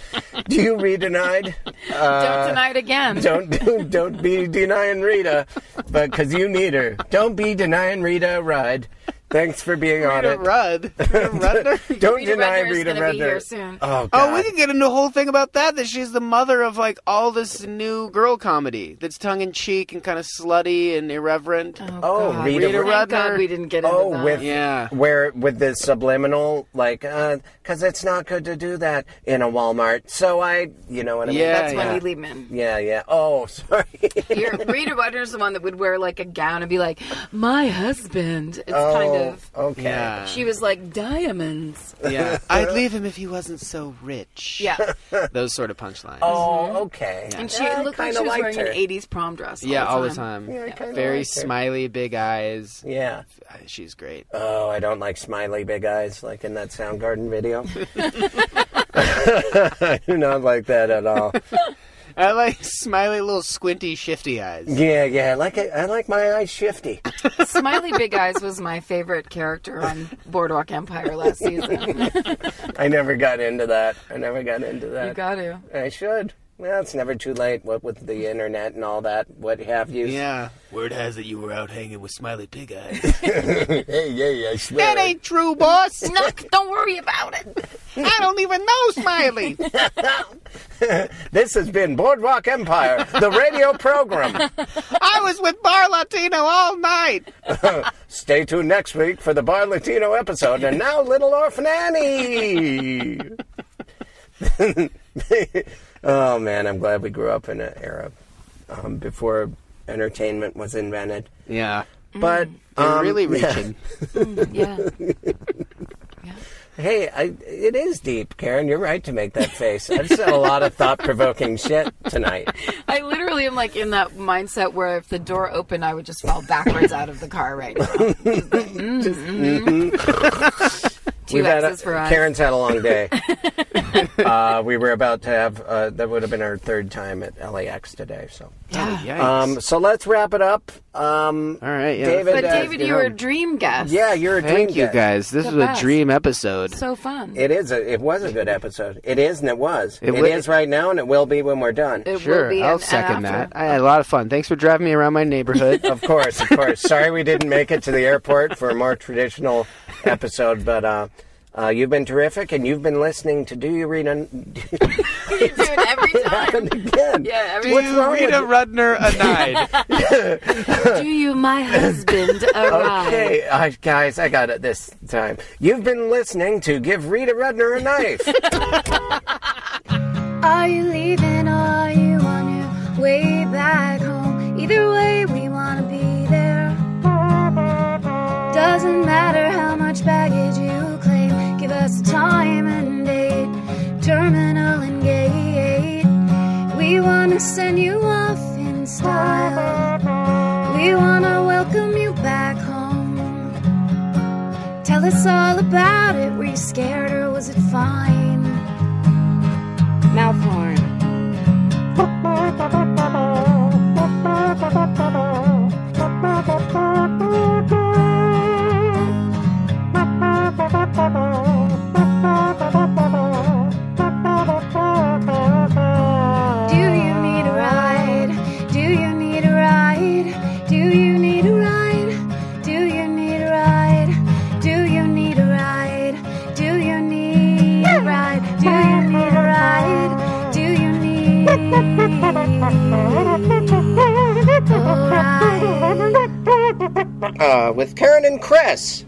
Speaker 7: do you read a night?
Speaker 8: Don't deny it again.
Speaker 7: Don't do, don't be denying Rita, but because you need her. Don't be denying Rita a ride. Thanks for being on
Speaker 1: Rita
Speaker 7: it. <laughs>
Speaker 1: Rudd. Rita Rudner?
Speaker 7: Don't
Speaker 8: Rita
Speaker 7: deny
Speaker 8: Rudner's
Speaker 7: Rita
Speaker 8: gonna be
Speaker 7: Rudner.
Speaker 8: here soon.
Speaker 7: Oh, God.
Speaker 1: Oh, we could get into a whole thing about that. That she's the mother of like all this new girl comedy that's tongue in cheek and kind of slutty and irreverent.
Speaker 7: Oh,
Speaker 8: God.
Speaker 7: Rita
Speaker 1: Rita
Speaker 7: Rudner.
Speaker 8: Thank God
Speaker 1: Rudner.
Speaker 8: we didn't get into
Speaker 7: Oh,
Speaker 8: that.
Speaker 7: with
Speaker 1: Yeah.
Speaker 7: where with the subliminal, like, because it's not good to do that in a Walmart. So I, you know what I
Speaker 1: Yeah,
Speaker 7: mean?
Speaker 8: That's
Speaker 1: yeah.
Speaker 8: when we leave men.
Speaker 7: Yeah, yeah. Oh, <laughs> sorry.
Speaker 8: You're, Rita Rudner's the one that would wear like a gown and be like, "My husband." It's
Speaker 7: oh,
Speaker 8: kind of.
Speaker 7: okay.
Speaker 1: Yeah.
Speaker 8: She was like diamonds.
Speaker 7: <laughs>
Speaker 1: yeah. I'd leave him if he wasn't so rich.
Speaker 8: Yeah,
Speaker 1: <laughs> Those sort of punchlines.
Speaker 7: Oh, okay.
Speaker 8: Mm-hmm. and she
Speaker 7: Yeah, I
Speaker 8: looked like
Speaker 7: kinda
Speaker 8: she was
Speaker 7: liked
Speaker 8: wearing
Speaker 7: her.
Speaker 8: an '80s prom dress.
Speaker 1: yeah,
Speaker 8: all the time.
Speaker 1: time.
Speaker 7: Yeah, I kinda
Speaker 1: Very
Speaker 7: liked her.
Speaker 1: smiley, big eyes.
Speaker 7: Yeah.
Speaker 1: Uh, She's great.
Speaker 7: Oh, I don't like smiley big eyes like in that Soundgarden
Speaker 1: <laughs>
Speaker 7: video. <laughs> I do not like that at all.
Speaker 1: I like <laughs> smiley, little squinty, shifty eyes.
Speaker 7: Yeah, yeah. I like it. I like my eyes shifty.
Speaker 8: <laughs> Smiley Big Eyes was my favorite character on Boardwalk Empire last season.
Speaker 7: I never got into that. I never got into that.
Speaker 8: you got to.
Speaker 7: I should. Well, it's never too late. What with the internet and all that, what have you?
Speaker 1: Yeah. Word has it you were out hanging with smiley, big eyes.
Speaker 7: <laughs> Hey, yeah, yeah. I swear.
Speaker 1: that ain't true, boss.
Speaker 8: <laughs> Look, don't worry about it.
Speaker 1: I don't even know smiley.
Speaker 7: This has been Boardwalk Empire, the radio program.
Speaker 1: I was with Bar Latino all night.
Speaker 7: Stay tuned next week for the Bar Latino episode. And now, Little Orphan Annie. <laughs> oh man, I'm glad we grew up in an era um, before entertainment was invented.
Speaker 1: Yeah.
Speaker 7: But
Speaker 1: Mm.
Speaker 7: <laughs>
Speaker 1: You're
Speaker 7: um,
Speaker 1: really
Speaker 7: yeah.
Speaker 1: reaching.
Speaker 8: Yeah.
Speaker 7: Hey, I, it is deep, Karen. You're right to make that face. I've said a lot of thought provoking shit tonight.
Speaker 8: I literally am like in that mindset where if the door opened, I would just fall backwards out of the car right now. Two
Speaker 7: had a,
Speaker 8: X's for us.
Speaker 7: Karen's had a long
Speaker 8: <laughs>
Speaker 7: day. uh, we were about to have uh, that would have been our third time at LAX today. So,
Speaker 1: Yikes.
Speaker 7: um, so let's wrap it up. Um,
Speaker 1: all right. Yeah.
Speaker 7: David,
Speaker 8: But
Speaker 7: uh,
Speaker 8: David,
Speaker 7: you
Speaker 8: you were
Speaker 7: know-
Speaker 8: a dream guest.
Speaker 7: yeah, you're a dream
Speaker 1: Thank you
Speaker 7: guest.
Speaker 1: guys. This
Speaker 8: The
Speaker 1: was a
Speaker 8: best.
Speaker 1: dream episode.
Speaker 8: So fun.
Speaker 7: It is. A, it was a good episode. It is, and it was.
Speaker 1: It
Speaker 7: It is
Speaker 1: wi-
Speaker 7: right now, and it will be when we're done.
Speaker 8: It
Speaker 1: sure.
Speaker 8: will be
Speaker 1: I'll
Speaker 8: an- an
Speaker 1: second
Speaker 8: after.
Speaker 1: that. I had a lot of fun. Thanks for driving me around my neighborhood.
Speaker 7: Of course, of course. Sorry we didn't make it to the airport for a more traditional episode, but uh, Uh, you've been terrific, and you've been listening to Do You Read Un-
Speaker 8: Dude, every time. <laughs>
Speaker 7: Happened again.
Speaker 8: Yeah, every
Speaker 7: What's wrong with
Speaker 1: Rita
Speaker 7: you?
Speaker 1: Rudner a <laughs> nine.
Speaker 8: Do you, my husband, <laughs> arrive?
Speaker 7: Okay, I, guys, I got it this time. You've been listening to Give Rita Rudner a Knife.
Speaker 5: Are you leaving? Are you on your way back home? Either way, we want to be there. Doesn't matter how much baggage you claim, give us a time and date, terminal and gate. We want to send you off in style. We want to welcome you back home. Tell us all about it. Were you scared or was it fine? mouth horn. Do you need a ride? Do you need a ride? Do you need a ride? Do you need a ride? Do you need a ride? Do you need a ride? Do you need a ride? Do you need a ride?
Speaker 6: Uh, with Karen and Chris.